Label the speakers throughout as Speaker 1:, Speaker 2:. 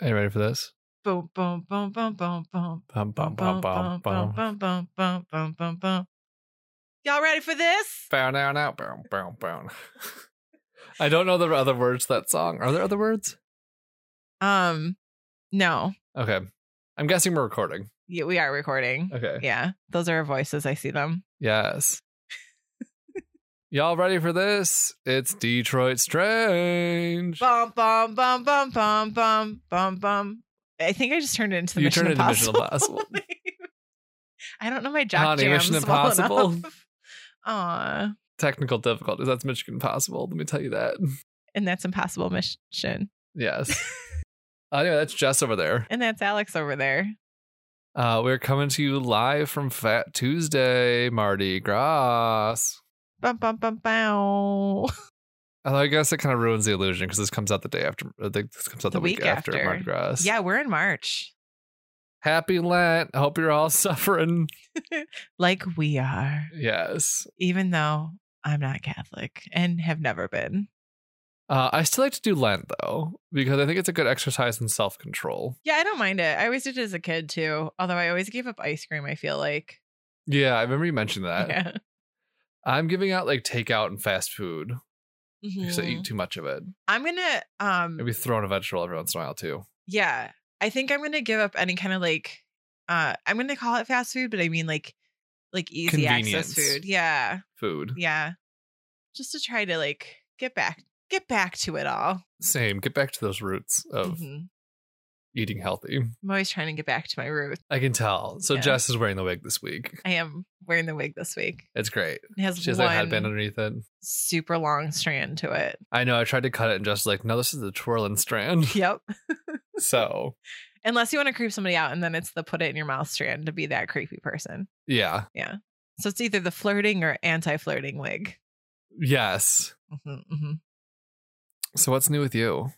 Speaker 1: this.
Speaker 2: Boom, boom, boom, boom, boom, boom.
Speaker 1: Bum, bum, bum, bum, bum.
Speaker 2: bum, bum, bum, bum, bum, bum. Y'all ready for this?
Speaker 1: Bow, now, now, bow, bow, bow. I don't know the other words to that song. Are there other words?
Speaker 2: Um, no,
Speaker 1: Okay. I'm guessing we're recording.
Speaker 2: Yeah, we are recording.
Speaker 1: Okay.
Speaker 2: Yeah, those are our voices. I see them.
Speaker 1: Yes. Y'all ready for this? It's Detroit Strange.
Speaker 2: Bum, bum, bum, bum, bum, bum, bum, bum. I think I just turned it into the
Speaker 1: You
Speaker 2: Mission
Speaker 1: turned it into Mission
Speaker 2: Impossible.
Speaker 1: Impossible.
Speaker 2: I don't know my jock
Speaker 1: Honey,
Speaker 2: jams
Speaker 1: Mission
Speaker 2: well
Speaker 1: Impossible.
Speaker 2: enough. Aw,
Speaker 1: Technical difficulties. That's Michigan Possible. Let me tell you that.
Speaker 2: and that's impossible mission.
Speaker 1: Yes. Uh, anyway, that's Jess over there.
Speaker 2: And that's Alex over there.
Speaker 1: Uh, we're coming to you live from Fat Tuesday, Mardi Gras.
Speaker 2: Bum, bum, bum, bow.
Speaker 1: Although I guess it kind of ruins the illusion because this comes out the day after. I think this comes out the,
Speaker 2: The week after.
Speaker 1: Mardi Gras.
Speaker 2: Yeah, we're in March,
Speaker 1: Happy Lent. I hope you're all suffering.
Speaker 2: like we are.
Speaker 1: Yes.
Speaker 2: even though I'm not Catholic and have never been.
Speaker 1: Uh, I still like to do Lent though because I think it's a good exercise in self control.
Speaker 2: Yeah, I don't mind it. I always did it as a kid too. Although I always gave up ice cream, I feel like.
Speaker 1: Yeah, I remember you mentioned that.
Speaker 2: yeah.
Speaker 1: I'm giving out like takeout and fast food because I
Speaker 2: Mhm.
Speaker 1: eat too much of it.
Speaker 2: I'm gonna um
Speaker 1: Maybe throwing a vegetable every once in a while too.
Speaker 2: yeah. I think I'm gonna give up any kind of like uh I'm gonna call it fast food, but I mean like like easy access
Speaker 1: Convenience.
Speaker 2: food. Yeah.
Speaker 1: Food.
Speaker 2: Yeah. Just to try to like get back get back to it all.
Speaker 1: Same. Get back to those roots of
Speaker 2: Mhm.
Speaker 1: eating healthy.
Speaker 2: I'm always trying to get back to my roots.
Speaker 1: I can tell. So
Speaker 2: Yeah.
Speaker 1: Jess is wearing the wig this week.
Speaker 2: I am wearing the wig this week.
Speaker 1: It's great.
Speaker 2: It has
Speaker 1: She has
Speaker 2: one
Speaker 1: a headband underneath it.
Speaker 2: super long strand to it.
Speaker 1: I know. I tried to cut it, and Jess was like, "No, this is the twirling strand."
Speaker 2: Yep.
Speaker 1: so
Speaker 2: Unless you want to creep somebody out, and then it's the put it in your mouth strand to be that creepy person.
Speaker 1: yeah,
Speaker 2: So it's either the flirting or anti flirting wig.
Speaker 1: yes.
Speaker 2: hmm
Speaker 1: Mm-hmm,
Speaker 2: hmm
Speaker 1: So what's new with you?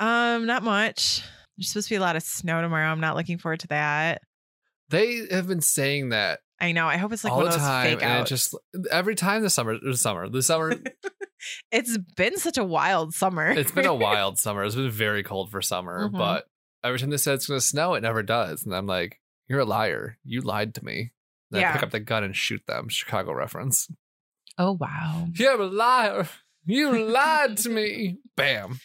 Speaker 2: Um, not much. There's supposed to be a lot of snow tomorrow. I'm not looking forward to that.
Speaker 1: They have been saying that
Speaker 2: I know. I hope it's like
Speaker 1: all
Speaker 2: one
Speaker 1: the
Speaker 2: of those
Speaker 1: time,
Speaker 2: fake
Speaker 1: and
Speaker 2: out.
Speaker 1: it just every time the summer, the summer, the summer.
Speaker 2: it's been such a wild summer.
Speaker 1: it's been a wild summer. It's been very cold for summer,
Speaker 2: Mhm.
Speaker 1: but every time they said it's going to snow, it never does. And I'm like, "You're a liar. You lied to me." Then I
Speaker 2: Yeah.
Speaker 1: pick up the gun and shoot them. Chicago reference.
Speaker 2: oh wow.
Speaker 1: You're a liar. You lied to me. Bam.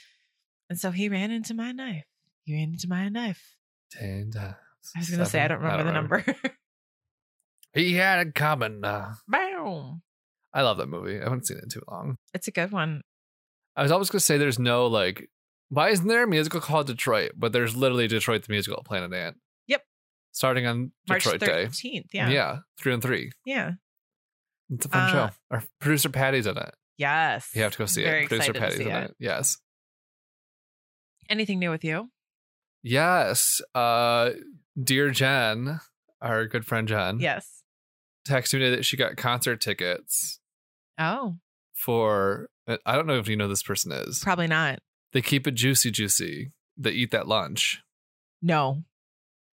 Speaker 2: And so he ran into my knife. He ran into my knife.
Speaker 1: Ten times.
Speaker 2: I was gonna say I don't remember the number.
Speaker 1: He had it coming. Uh,
Speaker 2: Boom.
Speaker 1: I love that movie. I haven't seen it in too long.
Speaker 2: It's a good one.
Speaker 1: I was always gonna say there's no like, why isn't there a musical called Detroit? But there's literally Detroit the musical at Planet Ant.
Speaker 2: Yep.
Speaker 1: Starting on
Speaker 2: March
Speaker 1: Detroit Day.
Speaker 2: thirteenth. Yeah.
Speaker 1: Yeah. Three on three.
Speaker 2: Yeah.
Speaker 1: It's a fun
Speaker 2: Uh,
Speaker 1: show. Our producer Patty's in it.
Speaker 2: Yes.
Speaker 1: You have to go see
Speaker 2: Very
Speaker 1: it. Producer
Speaker 2: excited to
Speaker 1: Patty's
Speaker 2: see
Speaker 1: in
Speaker 2: it.
Speaker 1: it. Yes.
Speaker 2: Anything new with you?
Speaker 1: Yes. Uh, dear Jen, our good friend Jen.
Speaker 2: Yes.
Speaker 1: texted me that she got concert tickets
Speaker 2: Oh,
Speaker 1: for I don't know if you know who this person is.
Speaker 2: probably not.
Speaker 1: They keep it juicy, juicy. They eat that lunch.
Speaker 2: No.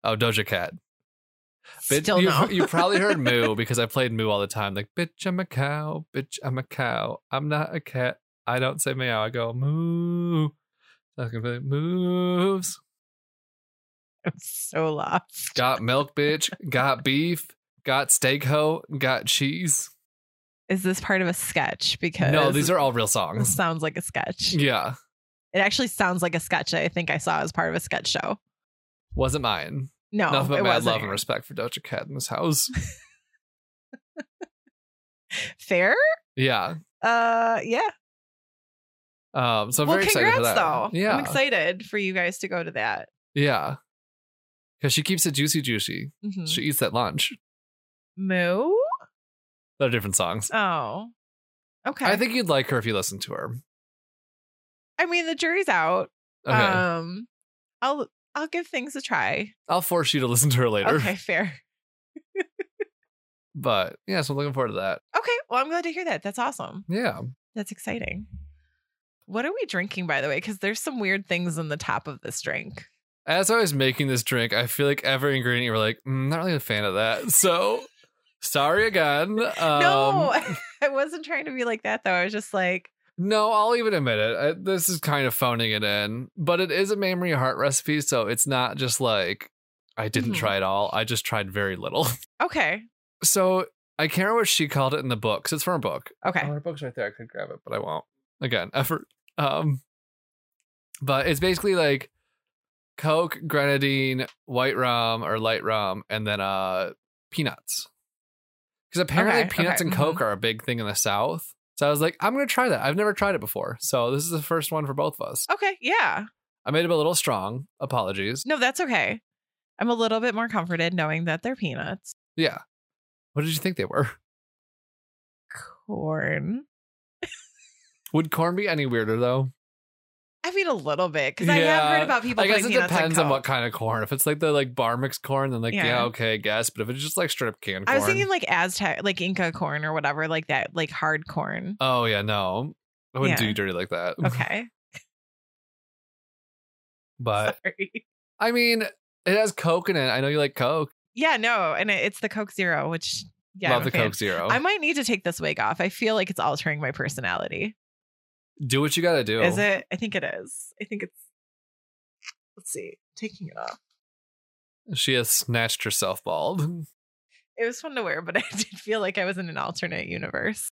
Speaker 1: Oh, Doja Cat. Bitch-
Speaker 2: Still
Speaker 1: you,
Speaker 2: no.
Speaker 1: you probably heard Moo because I played Moo all the time. Like, bitch, I'm a cow. Bitch, I'm a cow. I'm not a cat. I don't say meow. I go moo. I can play moves.
Speaker 2: I'm so lost.
Speaker 1: Got milk, bitch. Got beef. Got steak ho. Got cheese.
Speaker 2: Is this part of a sketch? Because
Speaker 1: No, these are all real
Speaker 2: This
Speaker 1: songs.
Speaker 2: sounds like a sketch.
Speaker 1: Yeah.
Speaker 2: It actually sounds like a sketch that I think I saw as part of a sketch show.
Speaker 1: Wasn't mine.
Speaker 2: No,
Speaker 1: Nothing but
Speaker 2: it
Speaker 1: mad
Speaker 2: wasn't.
Speaker 1: love and respect for Doja Cat in this house.
Speaker 2: Fair.
Speaker 1: yeah.
Speaker 2: Uh, yeah.
Speaker 1: Um, so I'm
Speaker 2: well,
Speaker 1: very excited
Speaker 2: congrats
Speaker 1: for that.
Speaker 2: though.
Speaker 1: Yeah.
Speaker 2: I'm excited for you guys to go to that.
Speaker 1: Yeah. Because she keeps it juicy, juicy.
Speaker 2: Mhm.
Speaker 1: She eats that lunch.
Speaker 2: Moo.
Speaker 1: They're different songs.
Speaker 2: Oh. Okay.
Speaker 1: I think you'd like her if you listen to her.
Speaker 2: I mean, the jury's out.
Speaker 1: Okay.
Speaker 2: Um, I'll I'll give things a try.
Speaker 1: I'll force you to listen to her later.
Speaker 2: Okay. Fair.
Speaker 1: But yeah, so I'm looking forward to that.
Speaker 2: Okay. Well, I'm glad to hear that. That's awesome.
Speaker 1: Yeah.
Speaker 2: That's exciting. What are we drinking, by the way? Because there's some weird things in the top of this drink.
Speaker 1: As I was making this drink, I feel like every ingredient you were like, mm, not really a fan of that. So sorry again. Um,
Speaker 2: no, I wasn't trying to be like that, though. I was just like,
Speaker 1: No, I'll even admit it. I, this is kind of phoning it in, but it is a memory heart recipe, so it's not just like I didn't
Speaker 2: Mhm.
Speaker 1: try it all. I just tried very little.
Speaker 2: Okay.
Speaker 1: So I can't remember what she called it in the book. 'cause it's from her book.
Speaker 2: Okay.
Speaker 1: Oh, her book's right there. I could grab it, but I won't. Again, effort. Um, but it's basically like Coke, grenadine, white rum or light rum, and then uh peanuts. Because apparently
Speaker 2: Okay, mm-hmm.
Speaker 1: peanuts
Speaker 2: okay,
Speaker 1: and Coke are a big thing in the South. So I was like, I'm gonna try that. I've never tried it before, so this is the first one for both of us.
Speaker 2: Okay. Yeah.
Speaker 1: I made it a little strong. Apologies.
Speaker 2: No, that's okay. I'm a little bit more comforted knowing that they're peanuts.
Speaker 1: Yeah. What did you think they were?
Speaker 2: Corn.
Speaker 1: Would corn be any weirder though?
Speaker 2: I mean, a little bit because I have
Speaker 1: Yeah.
Speaker 2: heard about people.
Speaker 1: I guess it
Speaker 2: putting peanuts in
Speaker 1: depends on what
Speaker 2: Coke.
Speaker 1: kind of corn. If it's like the like bar mix corn, then like yeah,
Speaker 2: Yeah.
Speaker 1: okay, I guess. But if it's just like straight up canned corn,
Speaker 2: I was thinking like Aztec, like Inca corn or whatever, like that, like hard corn.
Speaker 1: oh yeah, no, I wouldn't do
Speaker 2: Yeah.
Speaker 1: you dirty like that.
Speaker 2: Okay.
Speaker 1: but
Speaker 2: Sorry.
Speaker 1: I mean, it has Coke in it. I know you like Coke.
Speaker 2: Yeah, no, and it, it's the Coke Zero, which yeah,
Speaker 1: Love
Speaker 2: I'm a
Speaker 1: the
Speaker 2: fan.
Speaker 1: Coke Zero.
Speaker 2: I might need to take this wig off. I feel like it's altering my personality.
Speaker 1: do what you gotta do.
Speaker 2: Is it? I think it is. I think it's. Let's see. Taking it off.
Speaker 1: She has snatched herself bald.
Speaker 2: It was fun to wear, but I did feel like I was in an alternate universe.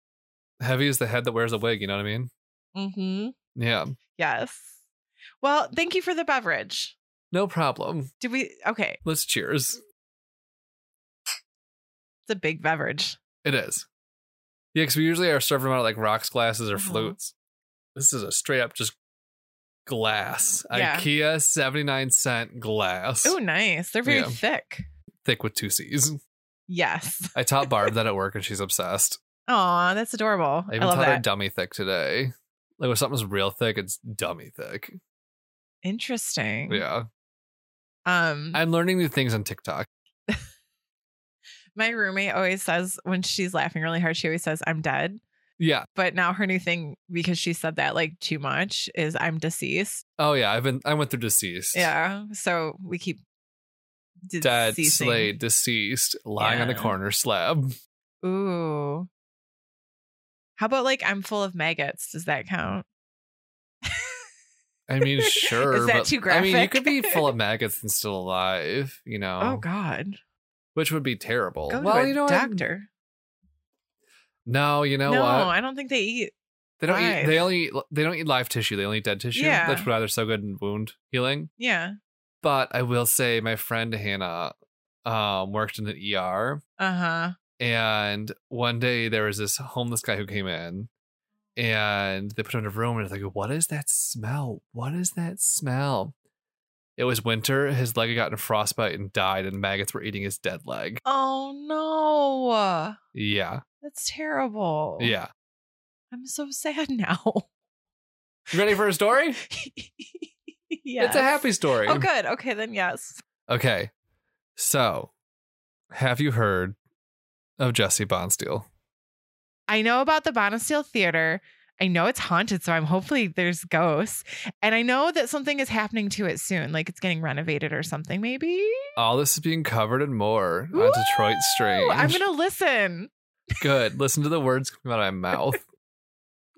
Speaker 1: Heavy is the head that wears a wig. You know what I mean?
Speaker 2: Mm-hmm.
Speaker 1: Yeah,
Speaker 2: Yes. Well, thank you for the beverage.
Speaker 1: no problem.
Speaker 2: Did we? Okay,
Speaker 1: Let's cheers.
Speaker 2: it's a big beverage.
Speaker 1: It is. Yeah, because we usually are serving them out like rocks glasses or
Speaker 2: Mhm.
Speaker 1: flutes. This is a straight up just glass.
Speaker 2: Yeah.
Speaker 1: IKEA 79 cent glass.
Speaker 2: Oh, nice. They're very
Speaker 1: Yeah.
Speaker 2: thick.
Speaker 1: Thick with two C's.
Speaker 2: Yes.
Speaker 1: I taught Barb that at work and she's obsessed.
Speaker 2: Aw, that's adorable.
Speaker 1: I
Speaker 2: I,
Speaker 1: even
Speaker 2: love
Speaker 1: taught her
Speaker 2: that.
Speaker 1: dummy thick today. Like when something's real thick, it's dummy thick.
Speaker 2: Interesting.
Speaker 1: Yeah.
Speaker 2: Um,
Speaker 1: I'm learning new things on TikTok.
Speaker 2: my roommate always says when she's laughing really hard, she always says, "I'm dead."
Speaker 1: Yeah.
Speaker 2: But now her new thing, because she said that like too much, is "I'm deceased."
Speaker 1: Oh yeah. I've been I went through deceased.
Speaker 2: Yeah. So we keep de-
Speaker 1: Dead,
Speaker 2: ceasing.
Speaker 1: slayed, deceased, lying on the
Speaker 2: Yeah.
Speaker 1: corner slab.
Speaker 2: Ooh. How about like I'm full of maggots? Does that count?
Speaker 1: I mean,
Speaker 2: Is
Speaker 1: sure.
Speaker 2: that
Speaker 1: but-
Speaker 2: too
Speaker 1: I mean, you
Speaker 2: graphic?
Speaker 1: could be full of maggots and still alive, you know,
Speaker 2: Oh God.
Speaker 1: which would be terrible.
Speaker 2: Go
Speaker 1: well,
Speaker 2: to a
Speaker 1: you know, what?
Speaker 2: doctor.
Speaker 1: no, you know
Speaker 2: no,
Speaker 1: what?
Speaker 2: I don't think they eat.
Speaker 1: They don't eat.
Speaker 2: Live.
Speaker 1: They only eat, they don't eat live tissue. They only eat dead tissue.
Speaker 2: Yeah.
Speaker 1: That's why they're so good in wound healing.
Speaker 2: Yeah.
Speaker 1: But I will say, my friend Hannah um, worked in the ER,
Speaker 2: Uh huh.
Speaker 1: and one day there was this homeless guy who came in, and they put him in a room, and it's like, "What is that smell? What is that smell?" It was winter. His leg had gotten frostbite and died, and maggots were eating his dead leg.
Speaker 2: Oh no.
Speaker 1: Yeah,
Speaker 2: That's terrible.
Speaker 1: yeah.
Speaker 2: I'm so sad now.
Speaker 1: You ready for a story?
Speaker 2: yeah.
Speaker 1: It's a happy story.
Speaker 2: Oh, good. Okay, then yes.
Speaker 1: Okay. So, have you heard of Jesse Bonsteel?
Speaker 2: I know about the Bonnesteel Theater. I know it's haunted, so I'm hopefully there's ghosts. And I know that something is happening to it soon, like it's getting renovated or something, maybe.
Speaker 1: All this is being covered and more on
Speaker 2: Woo!
Speaker 1: Detroit Strange.
Speaker 2: I'm gonna listen.
Speaker 1: Good. Listen to the words coming out of my mouth.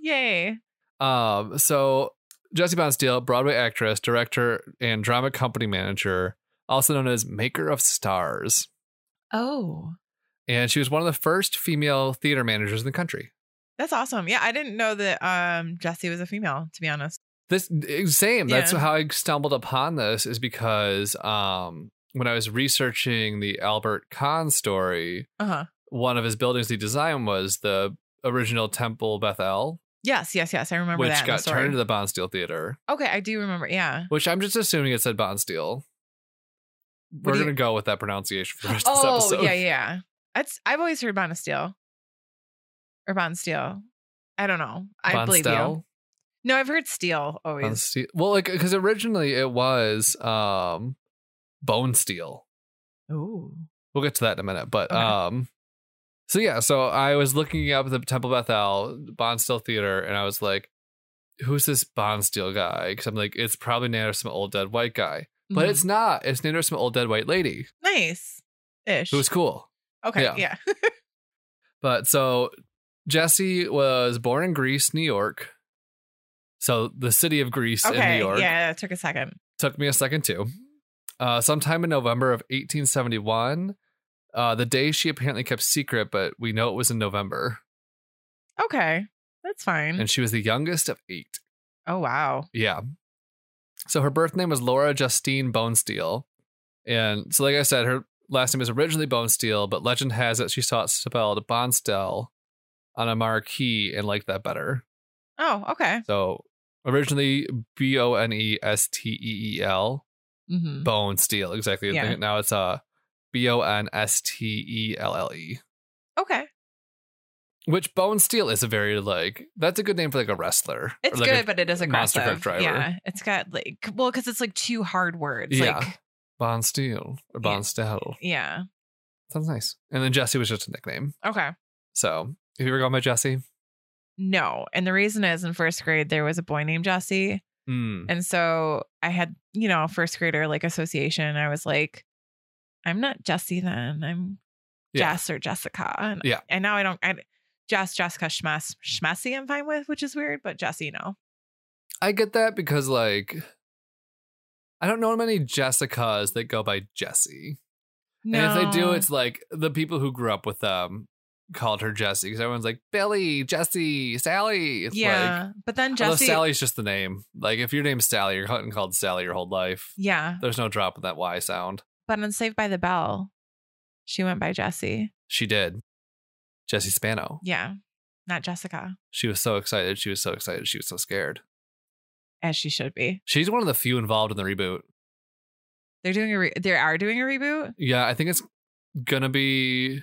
Speaker 2: Yay.
Speaker 1: Um, so Jesse Bonsteel, Broadway actress, director, and drama company manager, also known as Maker of Stars.
Speaker 2: Oh.
Speaker 1: And she was one of the first female theater managers in the country.
Speaker 2: That's awesome. Yeah, I didn't know that um Jesse was a female, to be honest.
Speaker 1: This eh, same. That's
Speaker 2: Yeah.
Speaker 1: how I stumbled upon this is because um when I was researching the Albert Kahn story,
Speaker 2: Uh-huh.
Speaker 1: one of his buildings he designed was the original Temple Bethel,
Speaker 2: Yes, yes, yes. I remember
Speaker 1: which
Speaker 2: that. in the
Speaker 1: got
Speaker 2: story.
Speaker 1: turned into the Bonsteel Theater,
Speaker 2: Okay, I do remember. Yeah.
Speaker 1: which I'm just assuming it said Bonsteel. We're
Speaker 2: do you-
Speaker 1: gonna go with that pronunciation for the rest
Speaker 2: oh,
Speaker 1: of this episode.
Speaker 2: yeah, yeah, yeah. That's I've always heard Bonesteel. Or Bonsteel. I don't know. I believe you.
Speaker 1: Bonstell?
Speaker 2: No, I've heard steel always.
Speaker 1: Bonsteel. Well, like because originally it was um Bone Steel.
Speaker 2: Oh.
Speaker 1: We'll get to that in a minute, but
Speaker 2: Okay.
Speaker 1: um so yeah, so I was looking up the Temple Bethel Bonsteel Theater and I was like Who's this Bonsteel guy? Because I'm like, it's probably named after some old dead white guy. But it's not. It's named after some old dead white lady
Speaker 2: Mm-hmm. nice. Ish.
Speaker 1: who was cool.
Speaker 2: okay,
Speaker 1: yeah.
Speaker 2: yeah.
Speaker 1: But so Jesse was born in Greece, New York, So the city of Greece in
Speaker 2: Okay.
Speaker 1: New York
Speaker 2: Yeah, that took a second.
Speaker 1: took me a second too. Uh, sometime in November of 1871, uh, the day she apparently kept secret, but we know it was in November,
Speaker 2: Okay. That's fine.
Speaker 1: and she was the youngest of eight.
Speaker 2: oh wow.
Speaker 1: Yeah. So her birth name was Laura Justine Bonesteel, and so like I said, her last name is originally Bonesteel, but legend has it she saw it spelled Bonstell on a marquee and liked that better.
Speaker 2: Oh, okay.
Speaker 1: So originally B O N E S T E E L,
Speaker 2: hmm
Speaker 1: bone steel exactly
Speaker 2: Yeah.
Speaker 1: now it's uh E b-o-n-s-t-e-l-l-e
Speaker 2: Okay.
Speaker 1: which bone steel is a very like that's a good name for like a wrestler Or,
Speaker 2: It's
Speaker 1: like, a-
Speaker 2: good, but it is
Speaker 1: monster
Speaker 2: aggressive.
Speaker 1: truck driver.
Speaker 2: Yeah, it's got like well, because it's like two hard words.
Speaker 1: Yeah.
Speaker 2: Like
Speaker 1: bone steel or bone
Speaker 2: Yeah.
Speaker 1: steel
Speaker 2: yeah.
Speaker 1: sounds nice and then jesse was just a nickname
Speaker 2: Okay.
Speaker 1: so if you were going by jesse
Speaker 2: No, and the reason is in first grade there was a boy named Jesse,
Speaker 1: mm,
Speaker 2: and so I had you know first grader like association. I was like, I'm not Jesse then. I'm
Speaker 1: Yeah.
Speaker 2: Jess or Jessica. And,
Speaker 1: Yeah.
Speaker 2: And now I don't. I, Jess, Jessica, Schmess, Schmessy. I'm fine with, which is weird, but Jesse, no.
Speaker 1: i get that because like i don't know many jessicas that go by jesse
Speaker 2: No.
Speaker 1: and if they do it's like the people who grew up with them called her jesse because everyone's like billy jesse sally it's like
Speaker 2: yeah, but then
Speaker 1: Although
Speaker 2: Jesse.
Speaker 1: Sally's just the name. Like if your name's Sally, you're cutting called Sally your whole life.
Speaker 2: yeah,
Speaker 1: There's no drop in that Y sound.
Speaker 2: but on Saved by the Bell, she went by Jesse.
Speaker 1: She did. Jesse Spano.
Speaker 2: Yeah, not Jessica,
Speaker 1: She was so excited. She was so excited. She was so scared.
Speaker 2: as she should be.
Speaker 1: She's one of the few involved in the reboot.
Speaker 2: They're doing a re- they are doing a reboot.
Speaker 1: Yeah, I think it's gonna be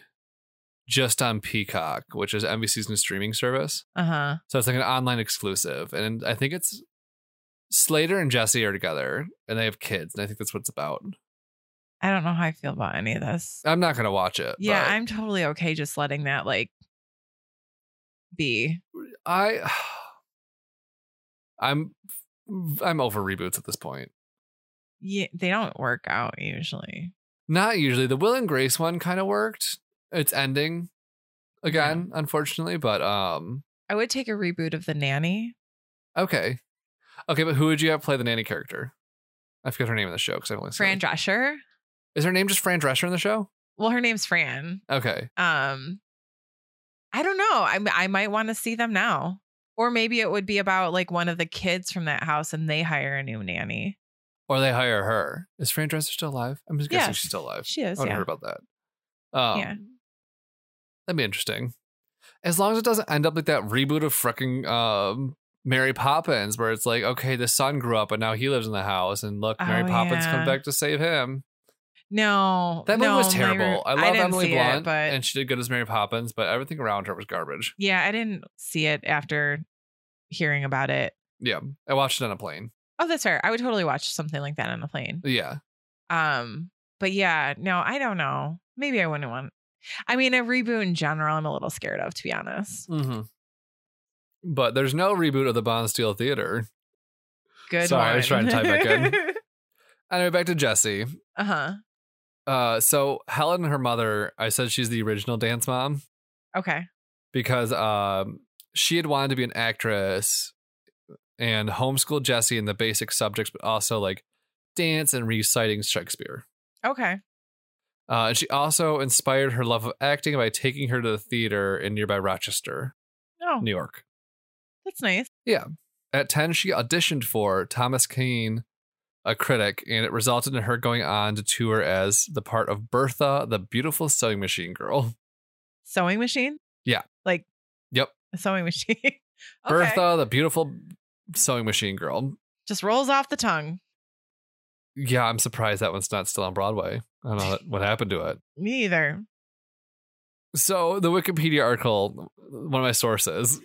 Speaker 1: just on Peacock, which is NBC's new streaming service.
Speaker 2: Uh huh.
Speaker 1: So it's like an online exclusive. And I think it's Slater and Jesse are together and they have kids. And I think that's what it's about.
Speaker 2: I don't know how I feel about any of this.
Speaker 1: I'm not gonna watch it.
Speaker 2: yeah,
Speaker 1: but-
Speaker 2: I'm totally okay just letting that like be.
Speaker 1: I I'm I'm over reboots at this point.
Speaker 2: Yeah, they don't work out usually.
Speaker 1: Not usually. The Will and Grace one kind of worked. It's ending again, unfortunately, but um
Speaker 2: I would take a reboot of the nanny.
Speaker 1: okay. Okay, but who would you have play the nanny character? I forget her name in the show because I've only seen
Speaker 2: Fran Drescher.
Speaker 1: Is her name just Fran Drescher in the show?
Speaker 2: Well, her name's Fran.
Speaker 1: Okay.
Speaker 2: Um, I don't know. I m- I might want to see them now, or maybe it would be about like one of the kids from that house and they hire a new nanny.
Speaker 1: Or they hire her. Is Fran Drescher still alive? I'm just guessing
Speaker 2: Yes.
Speaker 1: she's still alive.
Speaker 2: She is.
Speaker 1: I haven't
Speaker 2: Yeah.
Speaker 1: heard about that. Um,
Speaker 2: Yeah.
Speaker 1: That'd be interesting. As long as it doesn't end up like that reboot of fucking um, Mary Poppins, where it's like, okay, the son grew up and now he lives in the house, and look, Mary
Speaker 2: Oh,
Speaker 1: Poppins
Speaker 2: yeah.
Speaker 1: comes back to save him.
Speaker 2: No,
Speaker 1: That movie
Speaker 2: no,
Speaker 1: was
Speaker 2: my
Speaker 1: terrible.
Speaker 2: re-
Speaker 1: I love
Speaker 2: didn't
Speaker 1: Emily
Speaker 2: see
Speaker 1: Blunt,
Speaker 2: it, but
Speaker 1: and she did good as Mary Poppins, but everything around her was garbage.
Speaker 2: yeah, I didn't see it after hearing about it.
Speaker 1: Yeah, I watched it on a plane.
Speaker 2: Oh, that's fair. I would totally watch something like that on a plane.
Speaker 1: Yeah,
Speaker 2: Um, but yeah, no, I don't know. Maybe I wouldn't want. I mean, a reboot in general, I'm a little scared of, to be honest.
Speaker 1: mm-hmm. but there's no reboot of the Bond Steel Theater.
Speaker 2: Good.
Speaker 1: Sorry,
Speaker 2: one.
Speaker 1: I was trying to tie back in. Anyway, back to Jesse.
Speaker 2: uh huh.
Speaker 1: Uh, so Helen, her mother, I said she's the original dance mom.
Speaker 2: Okay.
Speaker 1: because um, she had wanted to be an actress and homeschooled Jesse in the basic subjects, but also like dance and reciting Shakespeare.
Speaker 2: Okay.
Speaker 1: Uh, and she also inspired her love of acting by taking her to the theater in nearby Rochester,
Speaker 2: Oh,
Speaker 1: New York.
Speaker 2: that's nice.
Speaker 1: At 10, she auditioned for Thomas Keane, a critic, and it resulted in her going on to tour as the part of Bertha, the beautiful sewing machine girl.
Speaker 2: Sewing machine.
Speaker 1: Yeah.
Speaker 2: Like.
Speaker 1: Yep.
Speaker 2: A sewing machine. okay.
Speaker 1: Bertha, the beautiful sewing machine girl.
Speaker 2: just rolls off the tongue.
Speaker 1: Yeah, I'm surprised that one's not still on Broadway. I don't know that- what happened to it.
Speaker 2: Me either.
Speaker 1: So the Wikipedia article, one of my sources,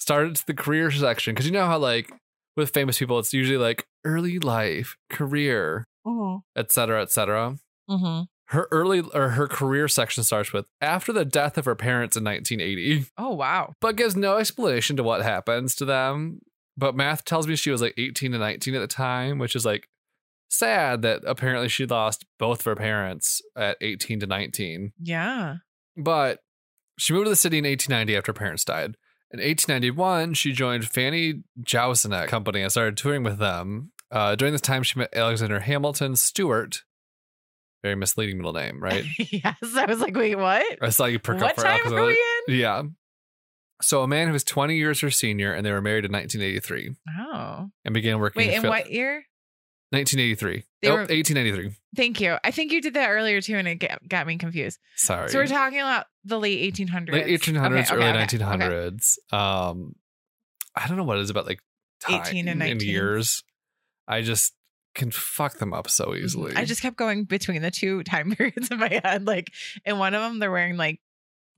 Speaker 1: started the career section because you know how like with famous people, it's usually like early life, career, Oh.
Speaker 2: mm-hmm.
Speaker 1: etc., etc. Her early or her career section starts with after the death of her parents in 1980,
Speaker 2: Oh wow.
Speaker 1: but gives no explanation to what happens to them. But math tells me she was like 18 to 19 at the time, which is like sad that apparently she lost both of her parents at 18 to 19.
Speaker 2: Yeah.
Speaker 1: But she moved to the city in 1890 after her parents died In 1891, she joined Fanny Jousenet Company and started touring with them. Uh, during this time, she met Alexander Hamilton Stewart. Very misleading middle name, right?
Speaker 2: yes. I was like, wait, what?
Speaker 1: I saw you perk up
Speaker 2: What
Speaker 1: for
Speaker 2: time are
Speaker 1: Alexander.
Speaker 2: we in?
Speaker 1: Yeah. So a man who was 20 years her senior, and they were married in 1983
Speaker 2: Oh.
Speaker 1: and began working.
Speaker 2: Wait,
Speaker 1: in
Speaker 2: in
Speaker 1: Phil-
Speaker 2: what year?
Speaker 1: 1983.
Speaker 2: They
Speaker 1: oh,
Speaker 2: were-
Speaker 1: 1893.
Speaker 2: Thank you. I think you did that earlier too, and it got, got me confused.
Speaker 1: Sorry.
Speaker 2: So we're talking about the late 1800s.
Speaker 1: late 1800s,
Speaker 2: Okay, okay,
Speaker 1: early
Speaker 2: okay,
Speaker 1: 1900s. Um, I don't know what it is about like time
Speaker 2: 18 and 19.
Speaker 1: years. I just can fuck them up so
Speaker 2: Mhm.
Speaker 1: easily.
Speaker 2: I just kept going between the two time periods in my head. Like in one of them, they're wearing like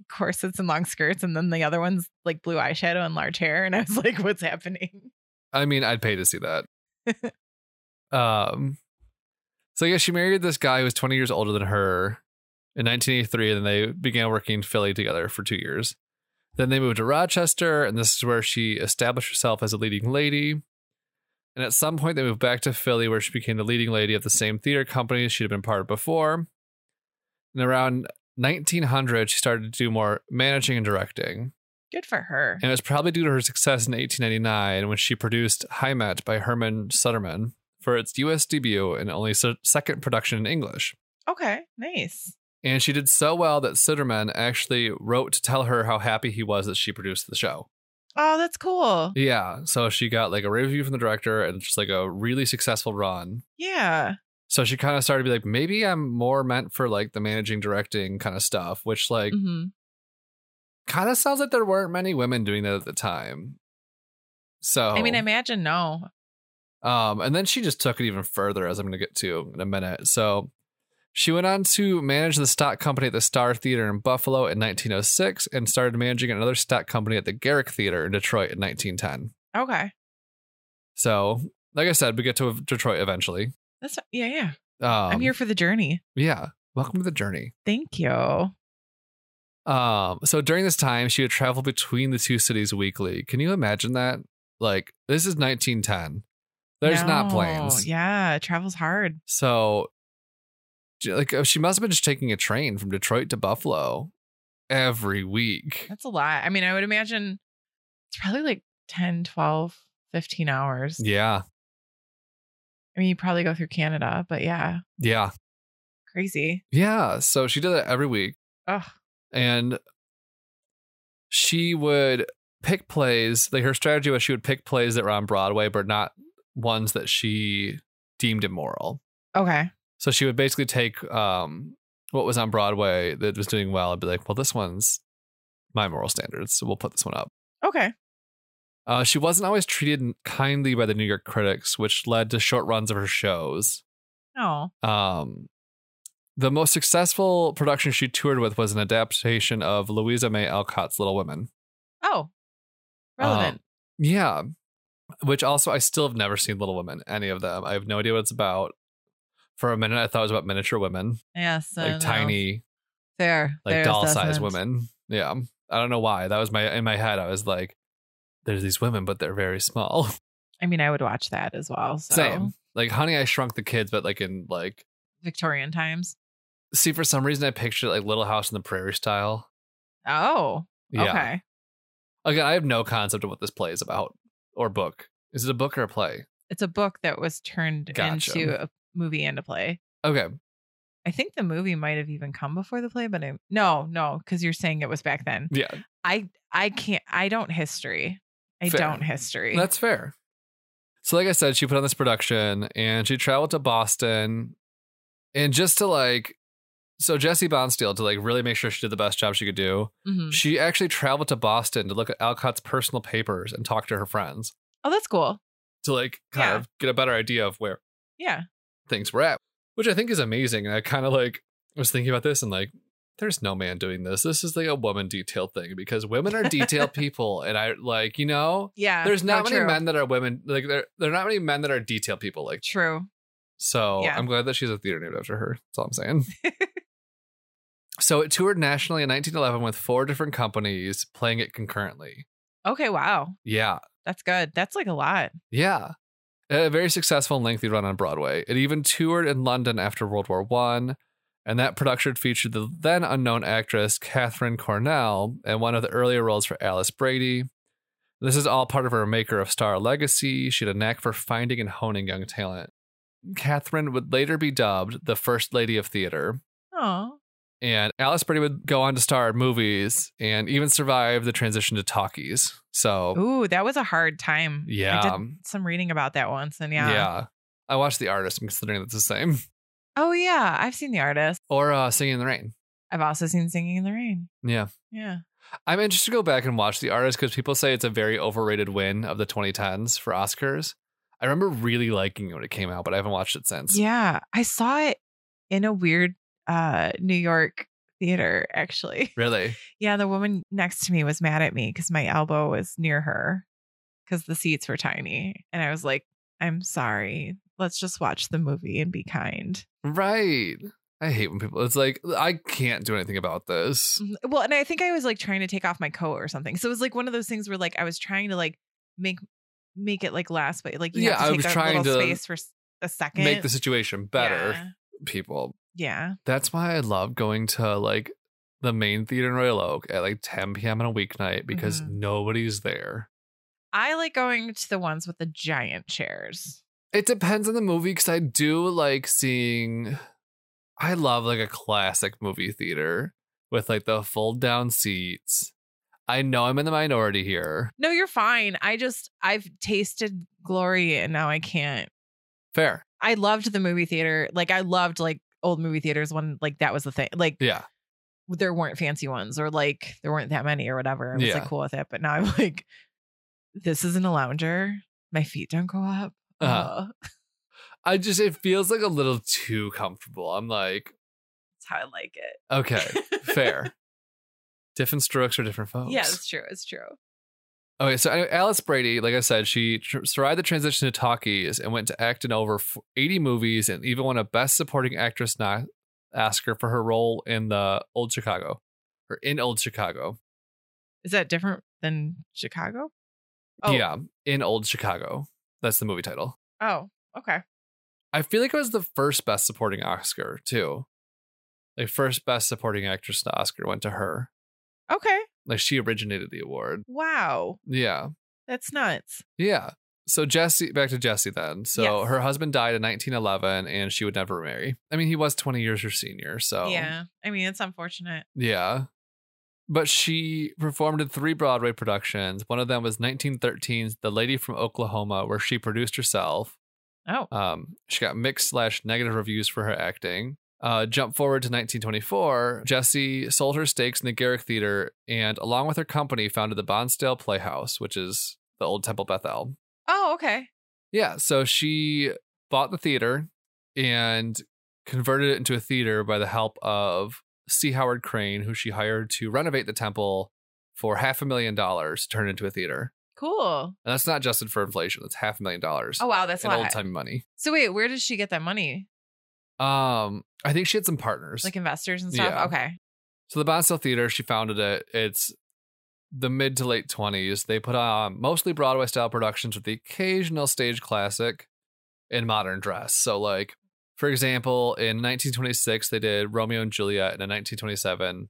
Speaker 2: corsets and long skirts, and then the other one's like blue eyeshadow and large hair. And I was like, what's happening?
Speaker 1: I mean, I'd pay to see that. um, so yeah, she married this guy who was 20 years older than her in 1983, and then they began working in Philly together for two years. Then they moved to Rochester, and this is where she established herself as a leading lady. And at some point, they moved back to Philly, where she became the leading lady of the same theater company she'd been part of before. And around 1900, she started to do more managing and directing.
Speaker 2: Good for her.
Speaker 1: And it was probably due to her success in 1899 when she produced Heimat by Herman Sutterman for its US debut and only se- second production in English.
Speaker 2: Okay, nice.
Speaker 1: And she did so well that Sutterman actually wrote to tell her how happy he was that she produced the show.
Speaker 2: Oh, that's cool.
Speaker 1: Yeah, so she got like a review from the director and just like a really successful run.
Speaker 2: Yeah.
Speaker 1: So she kind of started to be like, maybe I'm more meant for like the managing directing kind of stuff, which like
Speaker 2: hmm Mm-hmm.
Speaker 1: kind of sounds like there weren't many women doing that at the time. So
Speaker 2: I mean, imagine no.
Speaker 1: Um, and then she just took it even further, as I'm going to get to in a minute. So she went on to manage the stock company at the Star Theater in Buffalo in 1906 and started managing another stock company at the Garrick Theater in Detroit in 1910.
Speaker 2: Okay.
Speaker 1: So, like I said, we get to Detroit eventually.
Speaker 2: That's yeah, yeah.
Speaker 1: Um,
Speaker 2: I'm here for the journey.
Speaker 1: Yeah. Welcome to the journey.
Speaker 2: Thank you.
Speaker 1: Um, so during this time, she would travel between the two cities weekly. Can you imagine that? Like, this is 1910. There's not
Speaker 2: No.
Speaker 1: planes.
Speaker 2: Yeah, travel's hard.
Speaker 1: So, j- like, uh, she must have been just taking a train from Detroit to Buffalo every week.
Speaker 2: That's a lot. I mean, I would imagine it's probably like 10, 12, 15 hours.
Speaker 1: Yeah.
Speaker 2: I mean, you probably go through Canada, but yeah,
Speaker 1: Yeah.
Speaker 2: crazy.
Speaker 1: Yeah. So she did that every week.
Speaker 2: Ugh.
Speaker 1: And she would pick plays. Like, her strategy was she would pick plays that were on Broadway, but not ones that she deemed immoral.
Speaker 2: Okay.
Speaker 1: So she would basically take um, what was on Broadway that was doing well and be like, well, this one's my moral standards. So we'll put this one up.
Speaker 2: Okay.
Speaker 1: Uh, she wasn't always treated kindly by the New York critics, which led to short runs of her shows.
Speaker 2: No.
Speaker 1: Um, the most successful production she toured with was an adaptation of Louisa May Alcott's Little Women. Um,
Speaker 2: Oh. Relevant.
Speaker 1: Yeah. Which also, I still have never seen Little Women, any of them. I have no idea what it's about. For a minute, I thought it was about miniature women,
Speaker 2: yes.
Speaker 1: like tiny,
Speaker 2: There.
Speaker 1: like doll sized women. Yeah. I don't know why. That was my, in my head, I was like, there's these women, but they're very small.
Speaker 2: I mean, I would watch that as well. So.
Speaker 1: Same. Like Honey, I Shrunk the Kids, but like in like
Speaker 2: Victorian times.
Speaker 1: see for some reason I pictured like Little House on the Prairie style.
Speaker 2: Oh.
Speaker 1: Yeah.
Speaker 2: Okay.
Speaker 1: Again, I have no concept of what this play is about or book. Is it a book or a play?
Speaker 2: It's a book that was turned
Speaker 1: Gotcha.
Speaker 2: into a movie and a play.
Speaker 1: Okay,
Speaker 2: I think the movie might have even come before the play, but I, no, no, because you're saying it was back then.
Speaker 1: yeah,
Speaker 2: I I can't. I don't history. I
Speaker 1: Fair.
Speaker 2: don't history.
Speaker 1: that's fair. So, like I said, she put on this production and she traveled to Boston, and just to like, so Jesse Bonsteel to like really make sure she did the best job she could do.
Speaker 2: Mhm.
Speaker 1: She actually traveled to Boston to look at Alcott's personal papers and talk to her friends
Speaker 2: Oh, that's cool.
Speaker 1: to like kind
Speaker 2: Yeah.
Speaker 1: of get a better idea of where
Speaker 2: Yeah.
Speaker 1: things were at, which I think is amazing. And I kind of like was thinking about this and like, there's no man doing this. This is like a woman detail thing because women are detailed people, and I like you know,
Speaker 2: Yeah.
Speaker 1: there's not
Speaker 2: no,
Speaker 1: many
Speaker 2: true.
Speaker 1: men that are women like there. There are not many men that are detail people like.
Speaker 2: True.
Speaker 1: So
Speaker 2: Yeah.
Speaker 1: I'm glad that she's a theater named after her. That's all I'm saying. so it toured nationally in 1911 with four different companies playing it concurrently.
Speaker 2: Okay. Wow.
Speaker 1: Yeah,
Speaker 2: That's good. That's like a lot.
Speaker 1: yeah. It had a very successful and lengthy run on Broadway. It even toured in London after World War One, and that production featured the then unknown actress Catherine Cornell and one of the earlier roles for Alice Brady. This is all part of her Maker of Star legacy. She had a knack for finding and honing young talent. Catherine would later be dubbed the First Lady of Theater,
Speaker 2: Oh,
Speaker 1: and Alice Brady would go on to star in movies and even survive the transition to talkies. So,
Speaker 2: ooh, that was a hard time. I
Speaker 1: Oh. yeah,
Speaker 2: did some reading about that once, and yeah,
Speaker 1: yeah, I watched The Artist. I'm considering that's the same.
Speaker 2: Oh yeah, I've seen the artist.
Speaker 1: Or uh, Singing in the Rain.
Speaker 2: I've also seen Singing in the Rain.
Speaker 1: Yeah,
Speaker 2: Yeah.
Speaker 1: I'm interested to go back and watch The Artist because people say it's a very overrated win of the 2010s for Oscars. I remember really liking it when it came out, but I haven't watched it since.
Speaker 2: Yeah, I saw it in a weird uh New York theater actually.
Speaker 1: Really?
Speaker 2: Yeah, the woman next to me was mad at me cuz my elbow was near her cuz the seats were tiny and I was like, "I'm sorry. Let's just watch the movie and be kind."
Speaker 1: Right. I hate when people, it's like, I can't do anything about this.
Speaker 2: Mm-hmm. Well, and I think I was like trying to take off my coat or something. So it was like one of those things where like I was trying to like make make it like last but like you
Speaker 1: Yeah,
Speaker 2: have to
Speaker 1: I
Speaker 2: take
Speaker 1: was
Speaker 2: up
Speaker 1: trying
Speaker 2: little
Speaker 1: to
Speaker 2: space for s- a second.
Speaker 1: Make the situation better,
Speaker 2: Mm, Yeah.
Speaker 1: people.
Speaker 2: Yeah.
Speaker 1: That's why I love going to like the main theater in Royal Oak at like 10 p.m. on a weeknight because
Speaker 2: Mhm.
Speaker 1: nobody's there.
Speaker 2: I like going to the ones with the giant chairs.
Speaker 1: It depends on the movie because I do like seeing. I love like a classic movie theater with like the fold down seats. I know I'm in the minority here.
Speaker 2: No, you're fine. I just I've tasted glory and now I can't.
Speaker 1: Fair.
Speaker 2: I loved the movie theater. Like I loved like old movie theaters when like that was the thing. Like
Speaker 1: Yeah.
Speaker 2: there weren't fancy ones or like there weren't that many or whatever. I was
Speaker 1: Yeah.
Speaker 2: like cool with it. But now I'm like, this isn't a lounger. My feet don't go up.
Speaker 1: Uh,
Speaker 2: Uh,
Speaker 1: I just, it feels like a little too comfortable. I'm like,
Speaker 2: that's how I like it.
Speaker 1: okay, fair. Oh, Different strokes for different folks.
Speaker 2: Yeah, it's true. It's true.
Speaker 1: Okay, so anyway, Alice Brady, like I said, she tr- survived the transition to talkies and went to act in over f- 80 movies and even won a Best Supporting Actress no- Oscar for her role in the Old Chicago, or in Old Chicago.
Speaker 2: Is that different than Chicago? Oh.
Speaker 1: Yeah, in Old Chicago. That's the movie title.
Speaker 2: Oh, okay.
Speaker 1: I feel like it was the first Best Supporting Oscar too. Like first Best Supporting Actress Oscar went to her.
Speaker 2: Okay.
Speaker 1: Like she originated the award.
Speaker 2: Wow.
Speaker 1: Yeah.
Speaker 2: That's nuts.
Speaker 1: Yeah. So Jesse, back to Jesse then. So
Speaker 2: Yes.
Speaker 1: her husband died in 1911, and she would never marry. I mean, he was 20 years her senior. So
Speaker 2: Yeah. I mean, it's unfortunate.
Speaker 1: yeah. But she performed in three Broadway productions. One of them was 1913's "The Lady from Oklahoma," where she produced herself.
Speaker 2: Oh.
Speaker 1: Um, she got mixed slash negative reviews for her acting. Uh, jump forward to 1924, Jesse sold her stakes in the Garrick Theater, and along with her company, founded the Bonsdale Playhouse, which is the old Temple Bethel.
Speaker 2: Oh, okay.
Speaker 1: Yeah, so she bought the theater and converted it into a theater by the help of C. Howard Crane, who she hired to renovate the temple for half a million dollars to turn it into a theater.
Speaker 2: Cool.
Speaker 1: And that's not adjusted for inflation, that's half a million dollars
Speaker 2: Oh, wow. That's a
Speaker 1: in old
Speaker 2: lot.
Speaker 1: time money.
Speaker 2: So, wait, where did she get that money?
Speaker 1: Um, I think she had some partners.
Speaker 2: Like investors and stuff?
Speaker 1: Yeah.
Speaker 2: Okay.
Speaker 1: so the Bonsall Theater, she founded it. It's the mid to late 20s. They put on mostly Broadway style productions with the occasional stage classic. in modern dress. So, like, for example, in 1926, they did Romeo and Juliet, and in 1927,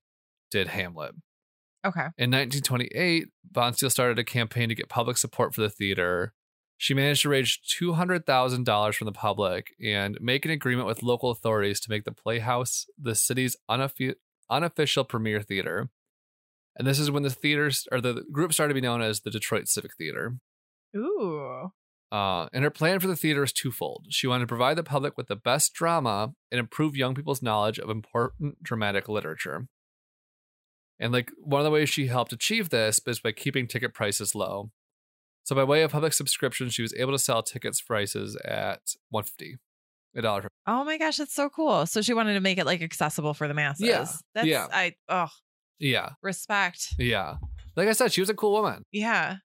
Speaker 1: did Hamlet.
Speaker 2: Okay.
Speaker 1: In 1928, Bonsteel started a campaign to get public support for the theater. She managed to raise $200,000 from the public and make an agreement with local authorities to make the Playhouse the city's unoffi- unofficial premier theater. And this is when the theaters or the group started to be known as the Detroit Civic Theater.
Speaker 2: Ooh.
Speaker 1: Uh, and her plan for the theater is twofold. She wanted to provide the public with the best drama and improve young people's knowledge of important dramatic literature. And like one of the ways she helped achieve this is by keeping ticket prices low. So by way of public subscription, she was able to sell tickets prices at one fifty, a dollar.
Speaker 2: Oh my gosh, that's so cool. So she wanted to make it like accessible for the masses. That's
Speaker 1: Yeah.
Speaker 2: I oh
Speaker 1: Yeah,
Speaker 2: respect.
Speaker 1: yeah. Like I said, she was a cool woman.
Speaker 2: Yeah.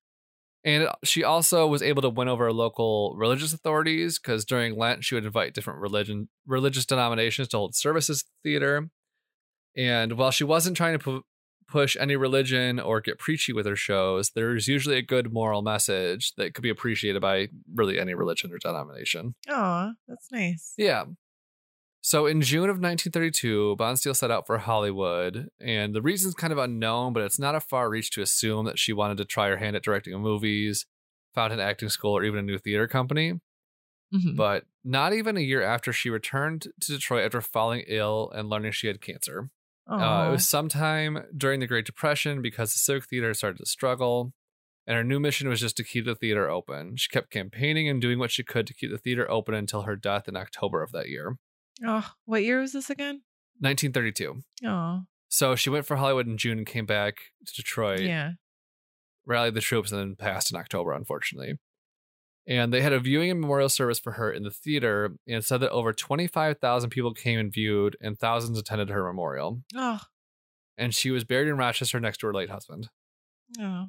Speaker 1: And uh, she also was able to win over local religious authorities because during Lent she would invite different religion religious denominations to hold services at the theater. And while she wasn't trying to pu- push any religion or get preachy with her shows, there's usually a good moral message that could be appreciated by really any religion or denomination.
Speaker 2: Oh, that's nice.
Speaker 1: Yeah. So in June of 1932, Bonsteel set out for Hollywood, and the reason's kind of unknown, but it's not a far reach to assume that she wanted to try her hand at directing movies, found an acting school, or even a new theater company.
Speaker 2: Mhm.
Speaker 1: But not even a year after she returned to Detroit after falling ill and learning she had cancer. Uh,
Speaker 2: Aw.
Speaker 1: it was sometime during the Great Depression because the Civic Theater started to struggle, and her new mission was just to keep the theater open. She kept campaigning and doing what she could to keep the theater open until her death in October of that year,
Speaker 2: oh, what year was this again?
Speaker 1: 1932.
Speaker 2: Oh,
Speaker 1: So she went for Hollywood in June and came back to Detroit,
Speaker 2: yeah.
Speaker 1: rallied the troops, and then passed in October, unfortunately. And they had a viewing and memorial service for her in the theater and said that over 25,000 people came and viewed, and thousands attended her memorial.
Speaker 2: Oh,
Speaker 1: And she was buried in Rochester next to her late husband. Um,
Speaker 2: oh.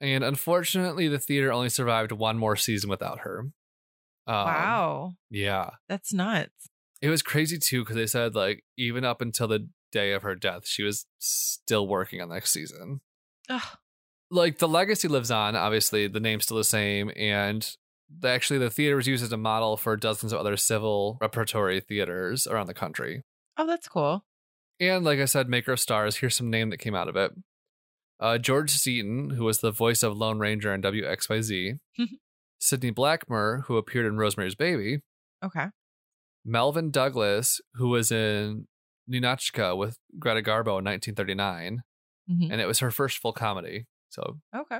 Speaker 1: And unfortunately, the theater only survived one more season without her. Um,
Speaker 2: wow.
Speaker 1: Yeah.
Speaker 2: That's nuts.
Speaker 1: It was crazy too, because they said, like, even up until the day of her death, she was still working on next season.
Speaker 2: Oh,
Speaker 1: like the legacy lives on obviously the name's still the same and the, actually the theater was used as a model for dozens of other civil repertory theaters around the country
Speaker 2: oh that's cool.
Speaker 1: and like i said maker of stars here's some name that came out of it uh, george seaton who was the voice of lone ranger on wxyz sidney blackmer who appeared in rosemary's baby
Speaker 2: Okay.
Speaker 1: melvin douglas who was in ninotchka with greta garbo in 1939
Speaker 2: Mhm.
Speaker 1: and it was her first full comedy so
Speaker 2: Okay.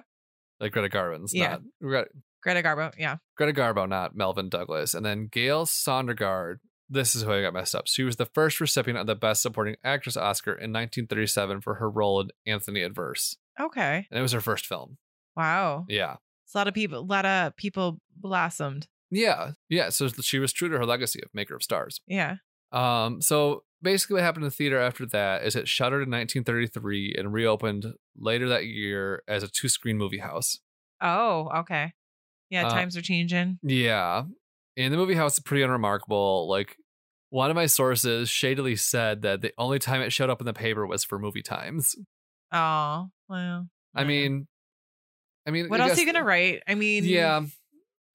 Speaker 1: like greta garbo's
Speaker 2: Yeah.
Speaker 1: not Greta-
Speaker 2: Greta Garbo. Yeah.
Speaker 1: Greta Garbo, not Melvin Douglas, and then Gail Sondergaard. This is who I got messed up. She was the first recipient of the Best Supporting Actress Oscar in 1937 for her role in Anthony Adverse,
Speaker 2: Okay.
Speaker 1: and it was her first film.
Speaker 2: Wow.
Speaker 1: Yeah,
Speaker 2: It's a lot of people. A lot of people blossomed.
Speaker 1: yeah, yeah. So she was true to her legacy of maker of stars.
Speaker 2: Yeah.
Speaker 1: Um, so basically, what happened to theater after that is it shuttered in 1933 and reopened later that year as a two-screen movie house.
Speaker 2: Oh. Okay. Yeah.
Speaker 1: Uh,
Speaker 2: times are changing.
Speaker 1: Yeah. And the movie house is pretty unremarkable. Like one of my sources shadily said that the only time it showed up in the paper was for movie times.
Speaker 2: Oh. Well.
Speaker 1: I
Speaker 2: yeah.
Speaker 1: mean I mean
Speaker 2: what
Speaker 1: I
Speaker 2: else are you
Speaker 1: guess-
Speaker 2: gonna write? I mean.
Speaker 1: Yeah.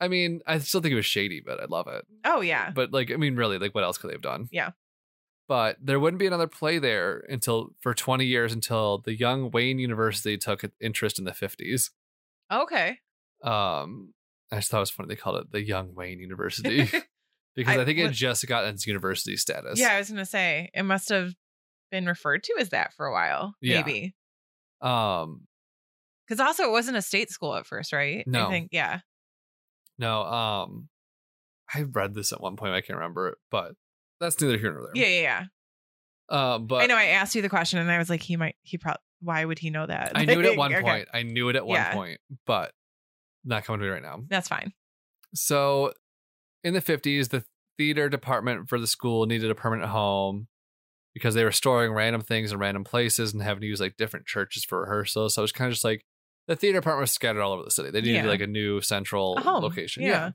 Speaker 1: I mean, I still think it was shady, but I love it.
Speaker 2: Oh yeah.
Speaker 1: But like, I mean, really, like what else could they have done?
Speaker 2: Yeah.
Speaker 1: But there wouldn't be another play there until for 20 years until the young Wayne University took interest in the 50s.
Speaker 2: Okay.
Speaker 1: Um, I just thought it was funny they called it the Young Wayne University. because I,
Speaker 2: I-
Speaker 1: think it
Speaker 2: what-
Speaker 1: just got its university status.
Speaker 2: Yeah, I was gonna say it must have been referred to as that for a while,
Speaker 1: Yeah.
Speaker 2: maybe.
Speaker 1: Um.
Speaker 2: Because also it wasn't a state school at first, right?
Speaker 1: No.
Speaker 2: I think yeah.
Speaker 1: No. Um. I read this at one point. I can't remember it, but that's neither here nor there.
Speaker 2: Yeah, yeah, yeah.
Speaker 1: Um. But
Speaker 2: I know I asked you the question and I was like, he might he probably why would he know that?
Speaker 1: I knew it at
Speaker 2: Like,
Speaker 1: one
Speaker 2: okay,
Speaker 1: point. I knew it at one
Speaker 2: Yeah.
Speaker 1: point, but not coming to me right now.
Speaker 2: That's fine.
Speaker 1: So, in the fifties, the theater department for the school needed a permanent home because they were storing random things in random places and having to use like different churches for rehearsals. So it was kind of just like the theater department was scattered all over the city. They needed
Speaker 2: Yeah.
Speaker 1: like a new central
Speaker 2: A home,
Speaker 1: location.
Speaker 2: yeah.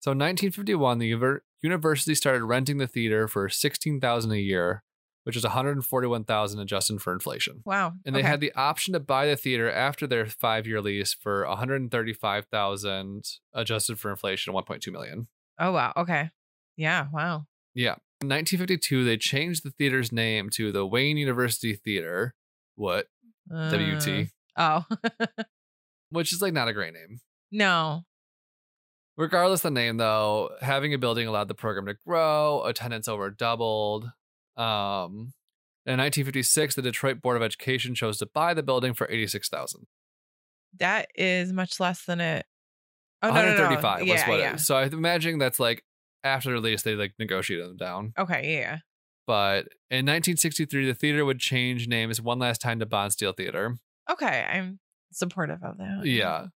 Speaker 1: So in 1951, the uver- university started renting the theater for 16,000 a year, which is 141,000 adjusted for inflation.
Speaker 2: Wow.
Speaker 1: And they
Speaker 2: Okay.
Speaker 1: had the option to buy the theater after their five-year lease for 135,000 adjusted for inflation, 1.2 million.
Speaker 2: Oh wow. Okay. Yeah. Wow.
Speaker 1: In 1952, they changed the theater's name to the Wayne University Theater, what
Speaker 2: Uh,
Speaker 1: WT,
Speaker 2: Oh
Speaker 1: which is like not a great name.
Speaker 2: no.
Speaker 1: Regardless of the name, though, having a building allowed the program to grow. Attendance over doubled. Um, in 1956, the Detroit Board of Education chose to buy the building for 86000
Speaker 2: That is much less than it. Oh no, no, no.
Speaker 1: 135 was
Speaker 2: Yeah,
Speaker 1: what
Speaker 2: yeah.
Speaker 1: it So I'm imagining that's like after release, they like negotiated them down.
Speaker 2: Okay. Yeah.
Speaker 1: But in 1963, the theater would change names one last time to Bonsteel Theater.
Speaker 2: Okay. I'm supportive of that.
Speaker 1: Yeah.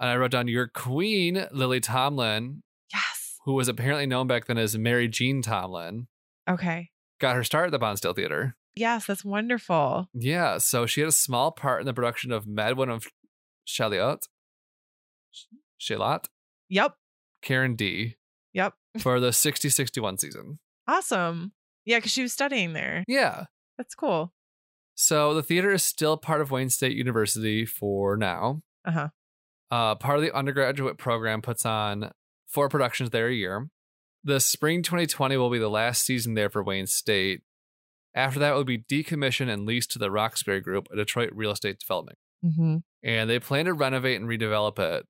Speaker 1: And I wrote down your queen, Lily Tomlin,
Speaker 2: Yes.
Speaker 1: who was apparently known back then as Mary Jean Tomlin,
Speaker 2: Okay.
Speaker 1: got her start at the Bonsteel Theater.
Speaker 2: Yes, that's wonderful.
Speaker 1: Yeah, so she had a small part in the production of Madwin of Chaliot, Shalot,
Speaker 2: Yep.
Speaker 1: Karen D
Speaker 2: Yep.
Speaker 1: for the 60 61 season.
Speaker 2: Awesome. Yeah, because she was studying there.
Speaker 1: Yeah.
Speaker 2: That's cool.
Speaker 1: So the theater is still part of Wayne State University for now.
Speaker 2: Uh-huh.
Speaker 1: Uh, part of the undergraduate program puts on four productions there a year. The spring 2020 will be the last season there for Wayne State. After that, it will be decommissioned and leased to the Roxbury Group, a Detroit real estate development.
Speaker 2: Mm-hmm.
Speaker 1: And they plan to renovate and redevelop it,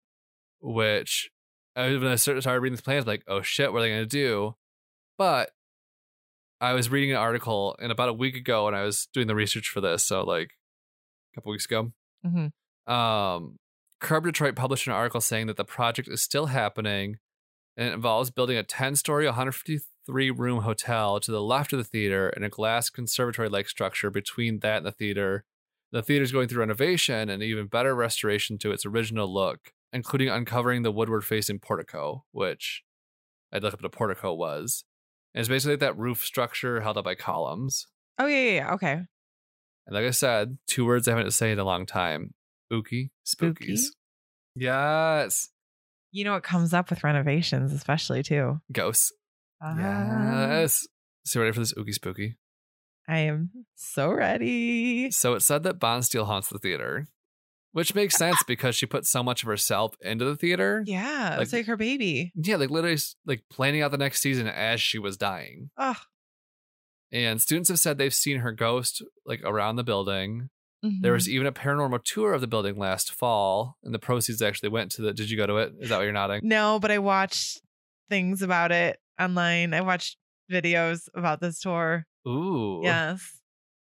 Speaker 1: which I was when I started started reading these plans, like, oh shit, what are they going to do? But I was reading an article and about a week ago, and I was doing the research for this, so like a couple weeks ago,
Speaker 2: Mhm.
Speaker 1: um, Curb Detroit published an article saying that the project is still happening, and it involves building a ten-story, 153-room hotel to the left of the theater and a glass conservatory-like structure between that and the theater. The theater's going through renovation and even better restoration to its original look, including uncovering the woodward-facing portico, which I'd look up what a portico was. And it's basically like that roof structure held up by columns.
Speaker 2: Oh yeah, yeah, yeah. Okay.
Speaker 1: And like I said, two words I haven't said in a long time. Ookie spookies.
Speaker 2: Spooky?
Speaker 1: Yes.
Speaker 2: You know what comes up with renovations, especially too.
Speaker 1: Ghosts.
Speaker 2: Ah,
Speaker 1: Yes. So you ready for this ookie spooky?
Speaker 2: I am so ready.
Speaker 1: So it said that Bond Steele haunts the theater, which makes sense because she put so much of herself into the theater.
Speaker 2: Yeah, it's
Speaker 1: Like-
Speaker 2: like her baby.
Speaker 1: Yeah, like literally like planning out the next season as she was dying.
Speaker 2: Oh,
Speaker 1: And students have said they've seen her ghost like around the building. There
Speaker 2: Mm-hmm.
Speaker 1: was even a paranormal tour of the building last fall, and the proceeds actually went to the. Did you go to it? Is that what you're nodding?
Speaker 2: no, but I watched things about it online. I watched videos about this tour.
Speaker 1: Ooh.
Speaker 2: Yes.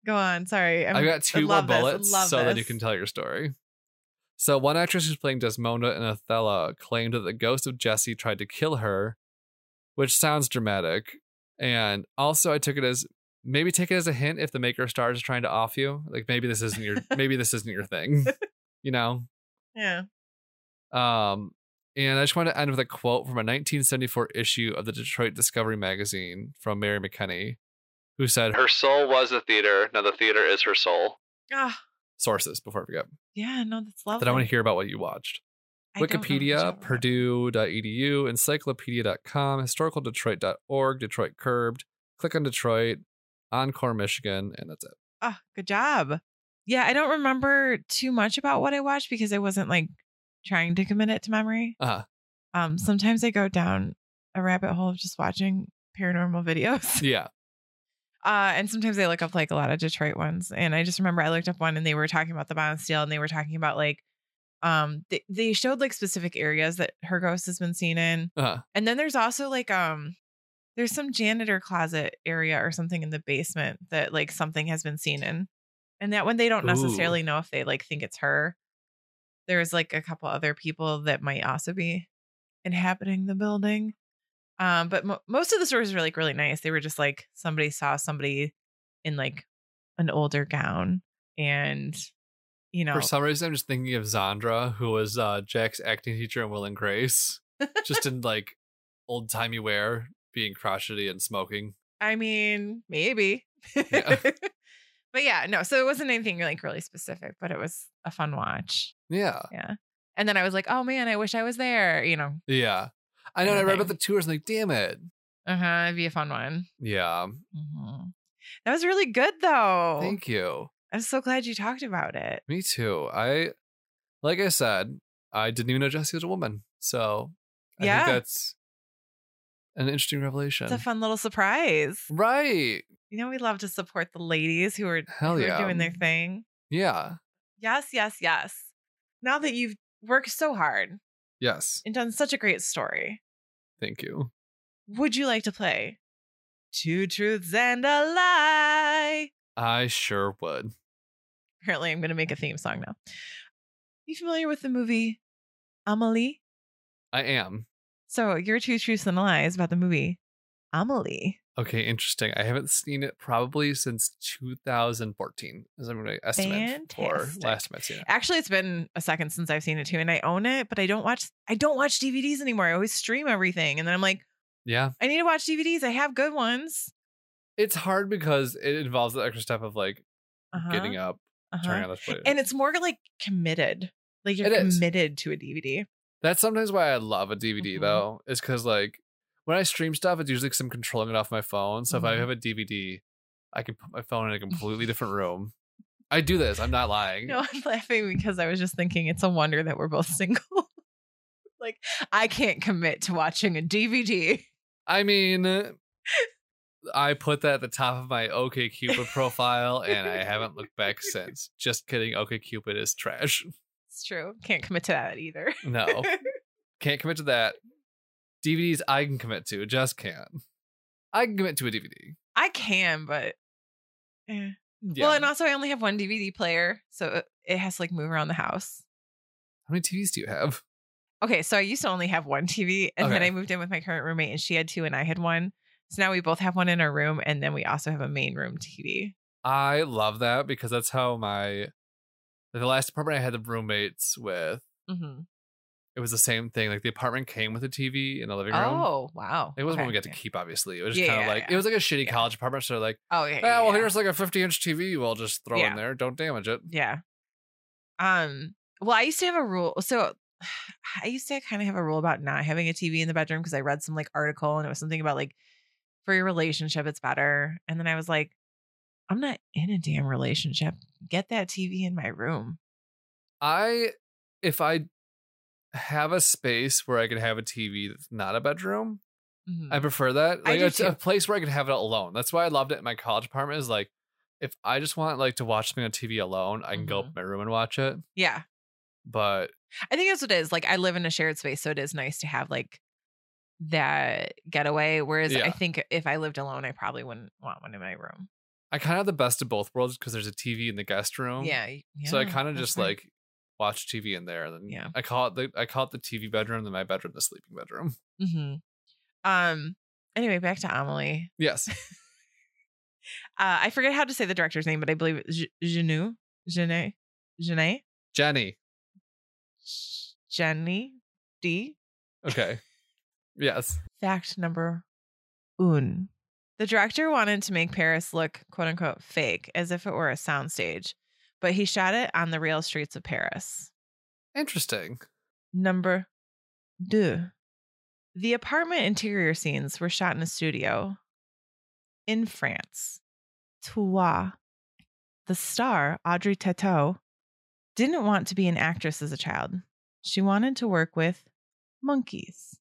Speaker 2: Go on. Sorry. I'm,
Speaker 1: I got two more
Speaker 2: love this. I
Speaker 1: bullets
Speaker 2: love
Speaker 1: so that you
Speaker 2: this.
Speaker 1: can tell your story. So, one actress who's playing Desmond in Othello claimed that the ghost of Jesse tried to kill her, which sounds dramatic. And also, I took it as maybe take it as a hint if the maker star is trying to off you. Like maybe this isn't your maybe this isn't your thing, you know.
Speaker 2: Yeah.
Speaker 1: Um, and I just want to end with a quote from a 1974 issue of the Detroit Discovery magazine from Mary McKinney, who said, Her soul was the theater. Now the theater is her soul.
Speaker 2: Ah,
Speaker 1: Sources, before I forget.
Speaker 2: yeah. No, that's lovely.
Speaker 1: That I want to hear about what you watched.
Speaker 2: I don't know much
Speaker 1: Wikipedia, E
Speaker 2: about it.
Speaker 1: Purdue.edu, encyclopedia.com, historicaldetroit.org, Detroit Curbed, click on Detroit, Encore Michigan, and that's it.
Speaker 2: Oh, good job. Yeah, I don't remember too much about what I watched because I wasn't like trying to commit it to memory.
Speaker 1: Uh-huh.
Speaker 2: Um, sometimes I go down a rabbit hole of just watching paranormal videos.
Speaker 1: Yeah.
Speaker 2: Uh, and sometimes I look up like a lot of Detroit ones. And I just remember I looked up one and they were talking about the bond steel and they were talking about like um they, they showed like specific areas that her ghost has been seen in.
Speaker 1: Uh-huh.
Speaker 2: And then there's also like um there's some janitor closet area or something in the basement that like something has been seen in. And that one they don't
Speaker 1: Ooh.
Speaker 2: necessarily know if they like think it's her. There's like a couple other people that might also be inhabiting the building. Um but mo- most of the stories were like really nice. They were just like somebody saw somebody in like an older gown and you know
Speaker 1: For some reason, I'm just thinking of Zandra, who was uh, Jack's acting teacher in Will and Grace, just in like old timey wear, being crotchety and smoking.
Speaker 2: I mean, maybe.
Speaker 1: Yeah.
Speaker 2: but yeah, no. So it wasn't anything like really specific, but it was a fun watch.
Speaker 1: Yeah,
Speaker 2: Yeah. And then I was like, oh man, I wish I was there. You know,
Speaker 1: yeah. I know. and I read about the tours. i like, damn it.
Speaker 2: uh huh. It'd be a fun one.
Speaker 1: Yeah.
Speaker 2: Mhm. That was really good though.
Speaker 1: Thank you.
Speaker 2: I'm so glad you talked about it.
Speaker 1: Me too. I, like I said, I didn't even know Jesse was a woman. So I
Speaker 2: Yeah.
Speaker 1: think that's an interesting revelation.
Speaker 2: It's a fun little surprise.
Speaker 1: right.
Speaker 2: You know, we love to support the ladies who are,
Speaker 1: Hell
Speaker 2: who
Speaker 1: Oh,
Speaker 2: are
Speaker 1: yeah.
Speaker 2: doing their thing.
Speaker 1: Yeah.
Speaker 2: Yes, yes, yes. Now that you've worked so hard
Speaker 1: Yes.
Speaker 2: and done such a great story,
Speaker 1: Thank you.
Speaker 2: would you like to play Two Truths and a Lie?
Speaker 1: I sure would.
Speaker 2: Apparently, I'm going to make a theme song now. You familiar with the movie Amelie?
Speaker 1: I am.
Speaker 2: So, your Two Truths and a Lie is about the movie Amelie.
Speaker 1: Okay, interesting. I haven't seen it probably since 2014, as I'm going to estimate for
Speaker 2: Fantastic.
Speaker 1: last time I've seen it.
Speaker 2: Actually, it's been a second since I've seen it too, and I own it, but I don't watch. I don't watch DVDs anymore. I always stream everything, and then I'm like,
Speaker 1: Yeah,
Speaker 2: I need to watch DVDs. I have good ones.
Speaker 1: it's hard because it involves the extra step of like
Speaker 2: Uh-huh,
Speaker 1: getting up,
Speaker 2: uh-huh.
Speaker 1: turning on the plate.
Speaker 2: and it's more like committed. Like you're
Speaker 1: It is.
Speaker 2: committed to a DVD.
Speaker 1: That's sometimes why I love a DVD
Speaker 2: Mhm.
Speaker 1: though, is because like when I stream stuff, it's usually because I'm controlling it off my phone. So if I
Speaker 2: Mhm.
Speaker 1: have a DVD, I can put my phone in a completely different room. I do this. I'm not lying.
Speaker 2: No, I'm laughing because I was just thinking it's a wonder that we're both single. like, I can't commit to watching a DVD.
Speaker 1: I mean, uh, I put that at the top of my OK Cupid profile, and I haven't looked back since. Just kidding. OK Cupid is trash.
Speaker 2: It's true. Can't commit to that either.
Speaker 1: No, can't commit to that. DVDs I can commit to. Just can't. I can commit to a DVD.
Speaker 2: I can, but eh.
Speaker 1: Yeah.
Speaker 2: well, and also I only have one DVD player, so it has to like move around the house.
Speaker 1: How many TVs do you have?
Speaker 2: Okay, so I used to only have one TV, and then
Speaker 1: Okay.
Speaker 2: I moved in with my current roommate, and she had two, and I had one. So now we both have one in our room, and then we also have a main room TV.
Speaker 1: I love that because that's how my the last apartment I had the roommates with.
Speaker 2: Mm-hmm.
Speaker 1: It was the same thing. Like the apartment came with a TV in the living room.
Speaker 2: Oh wow!
Speaker 1: It was
Speaker 2: Okay.
Speaker 1: when we got to keep, obviously. It was
Speaker 2: Yeah,
Speaker 1: just kind of
Speaker 2: yeah,
Speaker 1: like
Speaker 2: yeah.
Speaker 1: it was like a shitty
Speaker 2: Yeah.
Speaker 1: college apartment. So they're like,
Speaker 2: Oh yeah.
Speaker 1: ah, well,
Speaker 2: yeah,
Speaker 1: here's like a 50 inch TV. We'll just throw
Speaker 2: Yeah.
Speaker 1: in there. Don't damage it.
Speaker 2: yeah. Yeah. Um. Well, I used to have a rule. So I used to kind of have a rule about not having a TV in the bedroom because I read some like article and it was something about like for your relationship it's better. And then I was like, I'm not in a damn relationship. Get that TV in my room.
Speaker 1: I, if I have a space where I could have a TV that's not a bedroom,
Speaker 2: Mhm.
Speaker 1: I prefer that.
Speaker 2: I
Speaker 1: Like
Speaker 2: do
Speaker 1: it's a
Speaker 2: too.
Speaker 1: place where I could have it alone. That's why I loved it in my college apartment. Is like, if I just want like to watch something on TV alone, I can go up
Speaker 2: Mhm.
Speaker 1: to my room and watch it.
Speaker 2: yeah.
Speaker 1: But
Speaker 2: I think that's what it is. Like I live in a shared space, so it is nice to have like that getaway. Whereas I
Speaker 1: Yeah.
Speaker 2: think if I lived alone, I probably wouldn't want one in my room.
Speaker 1: I kind of have the best of both worlds because there's a TV in the guest room.
Speaker 2: Yeah. y-
Speaker 1: so I
Speaker 2: yeah,
Speaker 1: kind of
Speaker 2: that's
Speaker 1: just
Speaker 2: right.
Speaker 1: like watch TV in there. And then
Speaker 2: Yeah.
Speaker 1: I call it the I call it the TV bedroom, then my bedroom, the sleeping bedroom.
Speaker 2: Mhm. Um. Anyway, back to Amelie.
Speaker 1: Yes.
Speaker 2: Uh, I forget how to say the director's name, but I believe it's J- Janu, Jene, Jene,
Speaker 1: Jenny.
Speaker 2: Jenny D.
Speaker 1: Okay. yes.
Speaker 2: Fact number un. The director wanted to make Paris look quote unquote fake, as if it were a soundstage, but he shot it on the real streets of Paris.
Speaker 1: Interesting.
Speaker 2: Number two. The apartment interior scenes were shot in a studio in France. Trois. The star, Audrey Tautou, didn't want to be an actress as a child. She wanted to work with monkeys.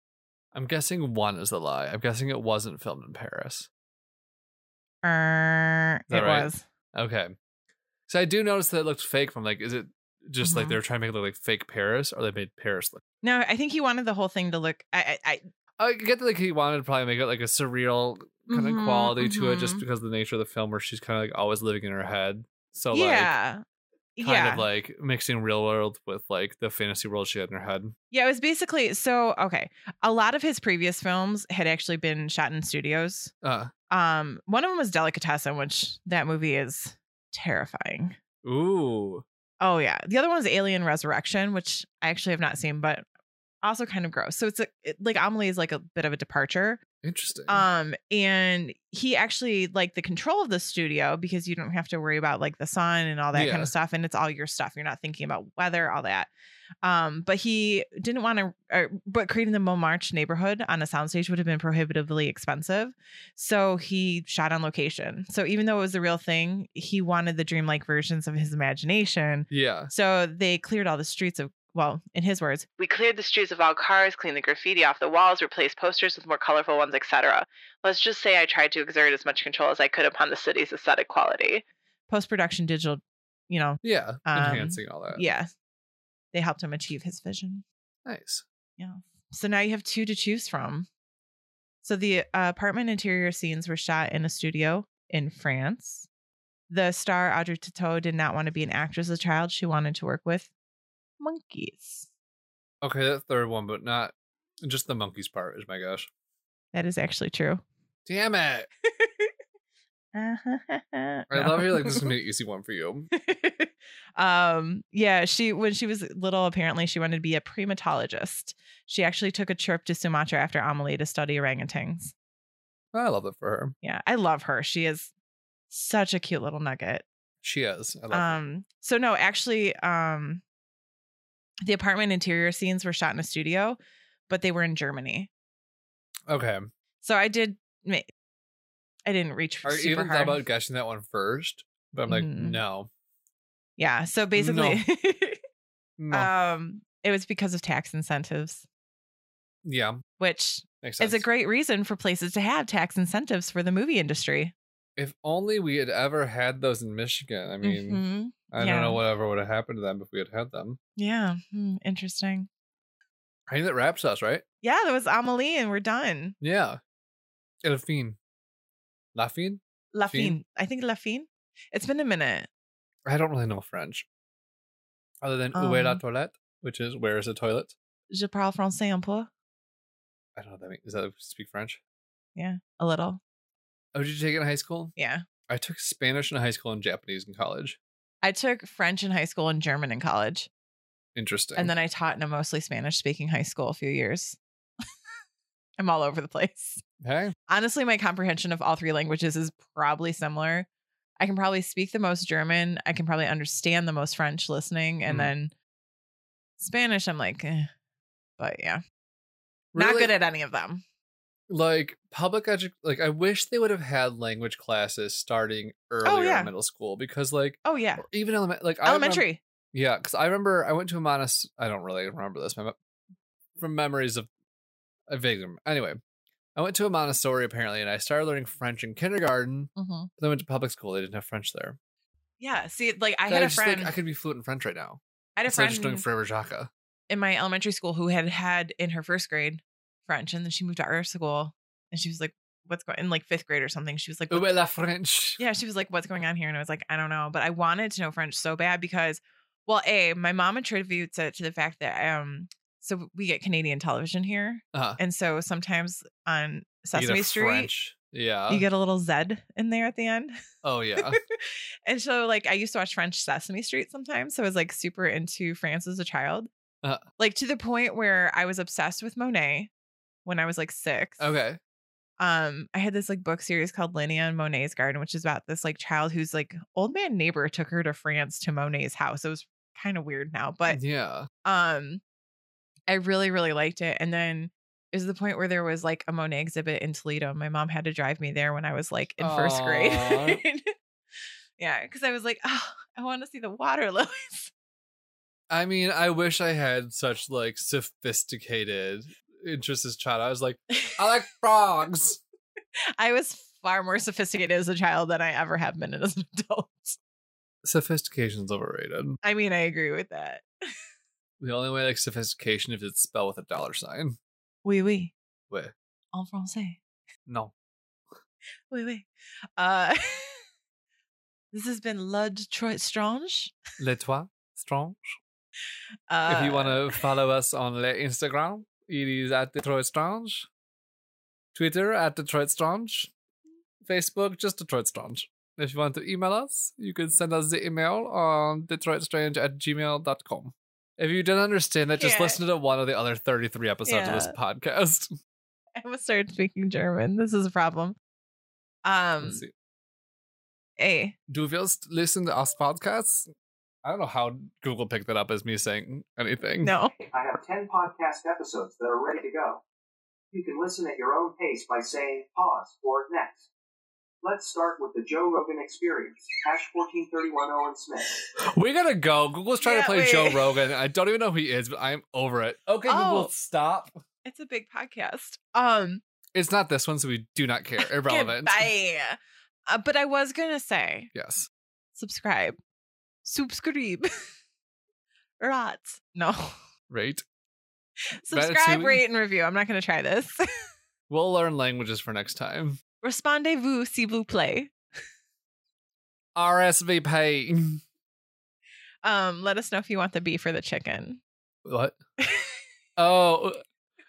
Speaker 1: I'm guessing one is the lie. I'm guessing it wasn't filmed in Paris.
Speaker 2: Er,
Speaker 1: that
Speaker 2: it
Speaker 1: right?
Speaker 2: was.
Speaker 1: Okay. So I do notice that it looked fake from like, is it just like
Speaker 2: Mhm.
Speaker 1: they were trying to make it look like fake Paris or they made Paris look
Speaker 2: No, I think he wanted the whole thing to look. I, I, I
Speaker 1: I get that like he wanted to probably make it like a surreal kind of
Speaker 2: Mhm,
Speaker 1: quality to it just
Speaker 2: mhm.
Speaker 1: because of the nature of the film where she's kind of like always living in her head. So like
Speaker 2: yeah,
Speaker 1: kind
Speaker 2: yeah.
Speaker 1: of like mixing real world with like the fantasy world she had in her head.
Speaker 2: Yeah, it was basically so okay. A lot of his previous films had actually been shot in studios.
Speaker 1: Uh
Speaker 2: Um, one of them was Delicatessen, which that movie is terrifying.
Speaker 1: ooh.
Speaker 2: Oh yeah, the other one was Alien Resurrection, which I actually have not seen, but also kind of gross. So it's a, it, like Amelie is like a bit of a departure.
Speaker 1: Interesting.
Speaker 2: Um, and he actually like the control of the studio because you don't have to worry about like the sun and all that kind
Speaker 1: Yeah.
Speaker 2: of stuff, and it's all your stuff. You're not thinking about weather, all that. Um, but he didn't want to, or, but creating the Montmartre neighborhood on a soundstage would have been prohibitively expensive, so he shot on location. So even though it was the real thing, he wanted the dreamlike versions of his imagination.
Speaker 1: yeah.
Speaker 2: So they cleared all the streets of. Well, in his words,
Speaker 3: We cleared the streets of all cars, cleaned the graffiti off the walls, replaced posters with more colorful ones, etc. Let's just say I tried to exert as much control as I could upon the city's aesthetic quality.
Speaker 2: post production digital, you know,
Speaker 1: Yeah.
Speaker 2: Um,
Speaker 1: Enhancing all that.
Speaker 2: yeah, they helped him achieve his vision.
Speaker 1: Nice.
Speaker 2: So now you have two to choose from. So the uh, apartment interior scenes were shot in a studio in France. The star Audrey Tautou did not want to be an actress as a child. She wanted to work with monkeys.
Speaker 1: Okay, that third one, but not just the monkeys part is my gosh.
Speaker 2: That is actually true.
Speaker 1: Damn it.
Speaker 2: Uh-huh.
Speaker 1: I love you like this is gonna be an easy one for you.
Speaker 2: um yeah she when she was little apparently she wanted to be a primatologist she actually took a trip to sumatra after amelie to study orangutans
Speaker 1: I love it for her.
Speaker 2: yeah i love her she is such a cute little nugget
Speaker 1: She is. I love her.
Speaker 2: um so no actually um the apartment interior scenes were shot in a studio but they were in germany
Speaker 1: Okay.
Speaker 2: so i did ma- i didn't reach
Speaker 1: I
Speaker 2: super
Speaker 1: even thought
Speaker 2: hard.
Speaker 1: about guessing that one first, but I'm like,
Speaker 2: Mhm.
Speaker 1: no.
Speaker 2: yeah so basically
Speaker 1: No.
Speaker 2: Uh, um it was because of tax incentives
Speaker 1: yeah.
Speaker 2: which
Speaker 1: Makes sense.
Speaker 2: It's a great reason for places to have tax incentives for the movie industry.
Speaker 1: If only we had ever had those in Michigan. I mean,
Speaker 2: Mhm.
Speaker 1: I
Speaker 2: yeah.
Speaker 1: don't know whatever would have happened to them if we had had them.
Speaker 2: Yeah. Hmm, interesting.
Speaker 1: I think that wraps us, right?
Speaker 2: Yeah, that was Amelie, and we're done.
Speaker 1: Yeah. Elfine. Lafine?
Speaker 2: Lafine. I think Lafine. It's been a minute.
Speaker 1: I don't really know French. Other than Où est la
Speaker 2: Um,
Speaker 1: toilette? Which is, where is the toilet?
Speaker 2: Je parle français un peu.
Speaker 1: I don't know what that means. Is that speak French?
Speaker 2: A little.
Speaker 1: Oh, did you take it in high school?
Speaker 2: Yeah.
Speaker 1: I took Spanish in high school and Japanese in college.
Speaker 2: I took French in high school and German in college.
Speaker 1: Interesting.
Speaker 2: And then I taught in a mostly Spanish speaking high school a few years. I'm all over the place.
Speaker 1: hey,
Speaker 2: Honestly, my comprehension of all three languages is probably similar. I can probably speak the most German. I can probably understand the most French listening. And
Speaker 1: Mhm.
Speaker 2: then Spanish, I'm like, eh. but yeah, not
Speaker 1: really,
Speaker 2: good at any of them.
Speaker 1: like public edu- Like I wish they would have had language classes starting earlier
Speaker 2: Oh, yeah.
Speaker 1: in middle school because like
Speaker 2: Oh, yeah.
Speaker 1: or even element like I remem-
Speaker 2: Elementary.
Speaker 1: yeah, because I remember I went to a monas. I don't really remember this my mem- from memories of a vague. Anyway, I went to a Montessori apparently, and I started learning French in kindergarten.
Speaker 2: Mhm.
Speaker 1: But then I went to public school. They didn't have French there.
Speaker 2: Yeah. See, like I
Speaker 1: So
Speaker 2: had a
Speaker 1: just think
Speaker 2: friend.
Speaker 1: I could be fluent in French right now.
Speaker 2: I had a
Speaker 1: instead
Speaker 2: friend
Speaker 1: of just doing forever Jaka.
Speaker 2: in my elementary school who had had in her first grade French, and then she moved to our school, and she was like, "What's going?" In like fifth grade or something, she was like,
Speaker 1: Où est la French?
Speaker 2: "Yeah," she was like, "What's going on here?" And I was like, "I don't know," but I wanted to know French so bad because, well, a my mom attributes it to the fact that um, so we get Canadian television here,
Speaker 1: Uh-huh.
Speaker 2: and so sometimes on
Speaker 1: You get a
Speaker 2: Sesame Street.
Speaker 1: French. uh Yeah.
Speaker 2: You get a little Z in there at the end.
Speaker 1: oh yeah.
Speaker 2: and so, like, I used to watch French Sesame Street sometimes. So I was like super into France as a child.
Speaker 1: Uh.
Speaker 2: like to the point where I was obsessed with Monet when I was like six.
Speaker 1: Okay.
Speaker 2: Um, I had this like book series called Linnea and Monet's Garden, which is about this like child whose like old man neighbor took her to France to Monet's house. It was kind of weird now, but
Speaker 1: yeah.
Speaker 2: um i really really liked it and then it was the point where there was like a monet exhibit in toledo my mom had to drive me there when i was like in first grade
Speaker 1: Aw.
Speaker 2: yeah because i was like oh i want to see the water lilies
Speaker 1: I mean, I wish I had such like sophisticated interest as a child. I was like, I like frogs.
Speaker 2: i was far more sophisticated as a child than i ever have been as an adult
Speaker 1: Sophistication's overrated.
Speaker 2: i mean i agree with that
Speaker 1: The only way like sophistication if it's spelled with a dollar sign.
Speaker 2: oui oui
Speaker 1: Wait.
Speaker 2: en français
Speaker 1: No.
Speaker 2: oui oui uh this has been le detroit strange
Speaker 1: Les trois strange.
Speaker 2: uh,
Speaker 1: if you want to follow us on le Instagram, it is at Detroit Strange. Twitter at Detroit Strange. Facebook, just Detroit Strange. If you want to email us, you can send us the email on DetroitStrange at gmail.com. If you didn't understand that, just
Speaker 2: Yeah.
Speaker 1: listen to one of the other 33 episodes of this
Speaker 2: Yeah.
Speaker 1: podcast.
Speaker 2: I almost started speaking German. This is a problem. Um,
Speaker 1: Let's see.
Speaker 2: hey,
Speaker 1: Do you listen to us podcasts? I don't know how Google picked that up as me saying anything.
Speaker 2: no.
Speaker 4: I have 10 podcast episodes that are ready to go. You can listen at your own pace by saying pause or next. Let's start with the Joe Rogan experience. Hash 14310 Owen Smith.
Speaker 1: We're gonna go. Google's trying
Speaker 2: Yeah,
Speaker 1: to play
Speaker 2: wait.
Speaker 1: Joe Rogan. I don't even know who he is, but I'm over it. Okay,
Speaker 2: Oh.
Speaker 1: Google, stop.
Speaker 2: It's a big podcast. Um,
Speaker 1: It's not this one, so we do not care. Irrelevant.
Speaker 2: Goodbye. Uh, but I was gonna say
Speaker 1: Yes.
Speaker 2: subscribe, subscribe, rats. No,
Speaker 1: Right.
Speaker 2: subscribe,
Speaker 1: Ratatouille.
Speaker 2: rate, and review. I'm not gonna try this.
Speaker 1: We'll learn languages for next time.
Speaker 2: Respondez-vous, s'il vous plaît.
Speaker 1: RSVP.
Speaker 2: Um, let us know if you want the B for the chicken.
Speaker 1: What? oh,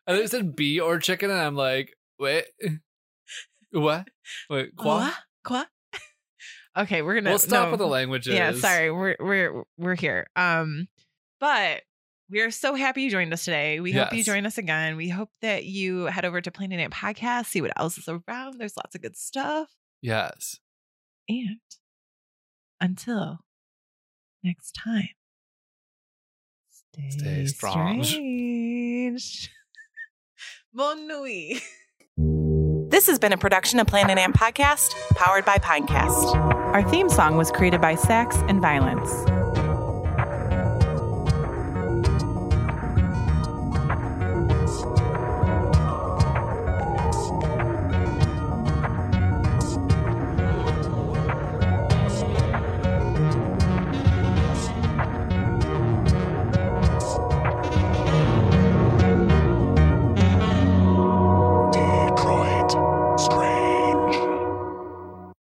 Speaker 1: I think it said bee or chicken, and I'm like, wait, what? Wait,
Speaker 2: Quoi?
Speaker 1: quoi?
Speaker 2: Uh-huh. Quoi? okay, we're gonna
Speaker 1: We'll stop
Speaker 2: no.
Speaker 1: with the languages.
Speaker 2: Yeah, sorry. We're we're we're here. Um but we are so happy you joined us today. We hope you
Speaker 1: Yes.
Speaker 2: join us again. We hope that you head over to Planet Ant Podcast, see what else is around. There's lots of good stuff.
Speaker 1: Yes.
Speaker 2: And until next time, stay,
Speaker 1: Stay strong.
Speaker 2: strange. Bonne nuit. This has been a production of Planet Amp Podcast, powered by Pinecast. Our theme song was created by Sax and Violence.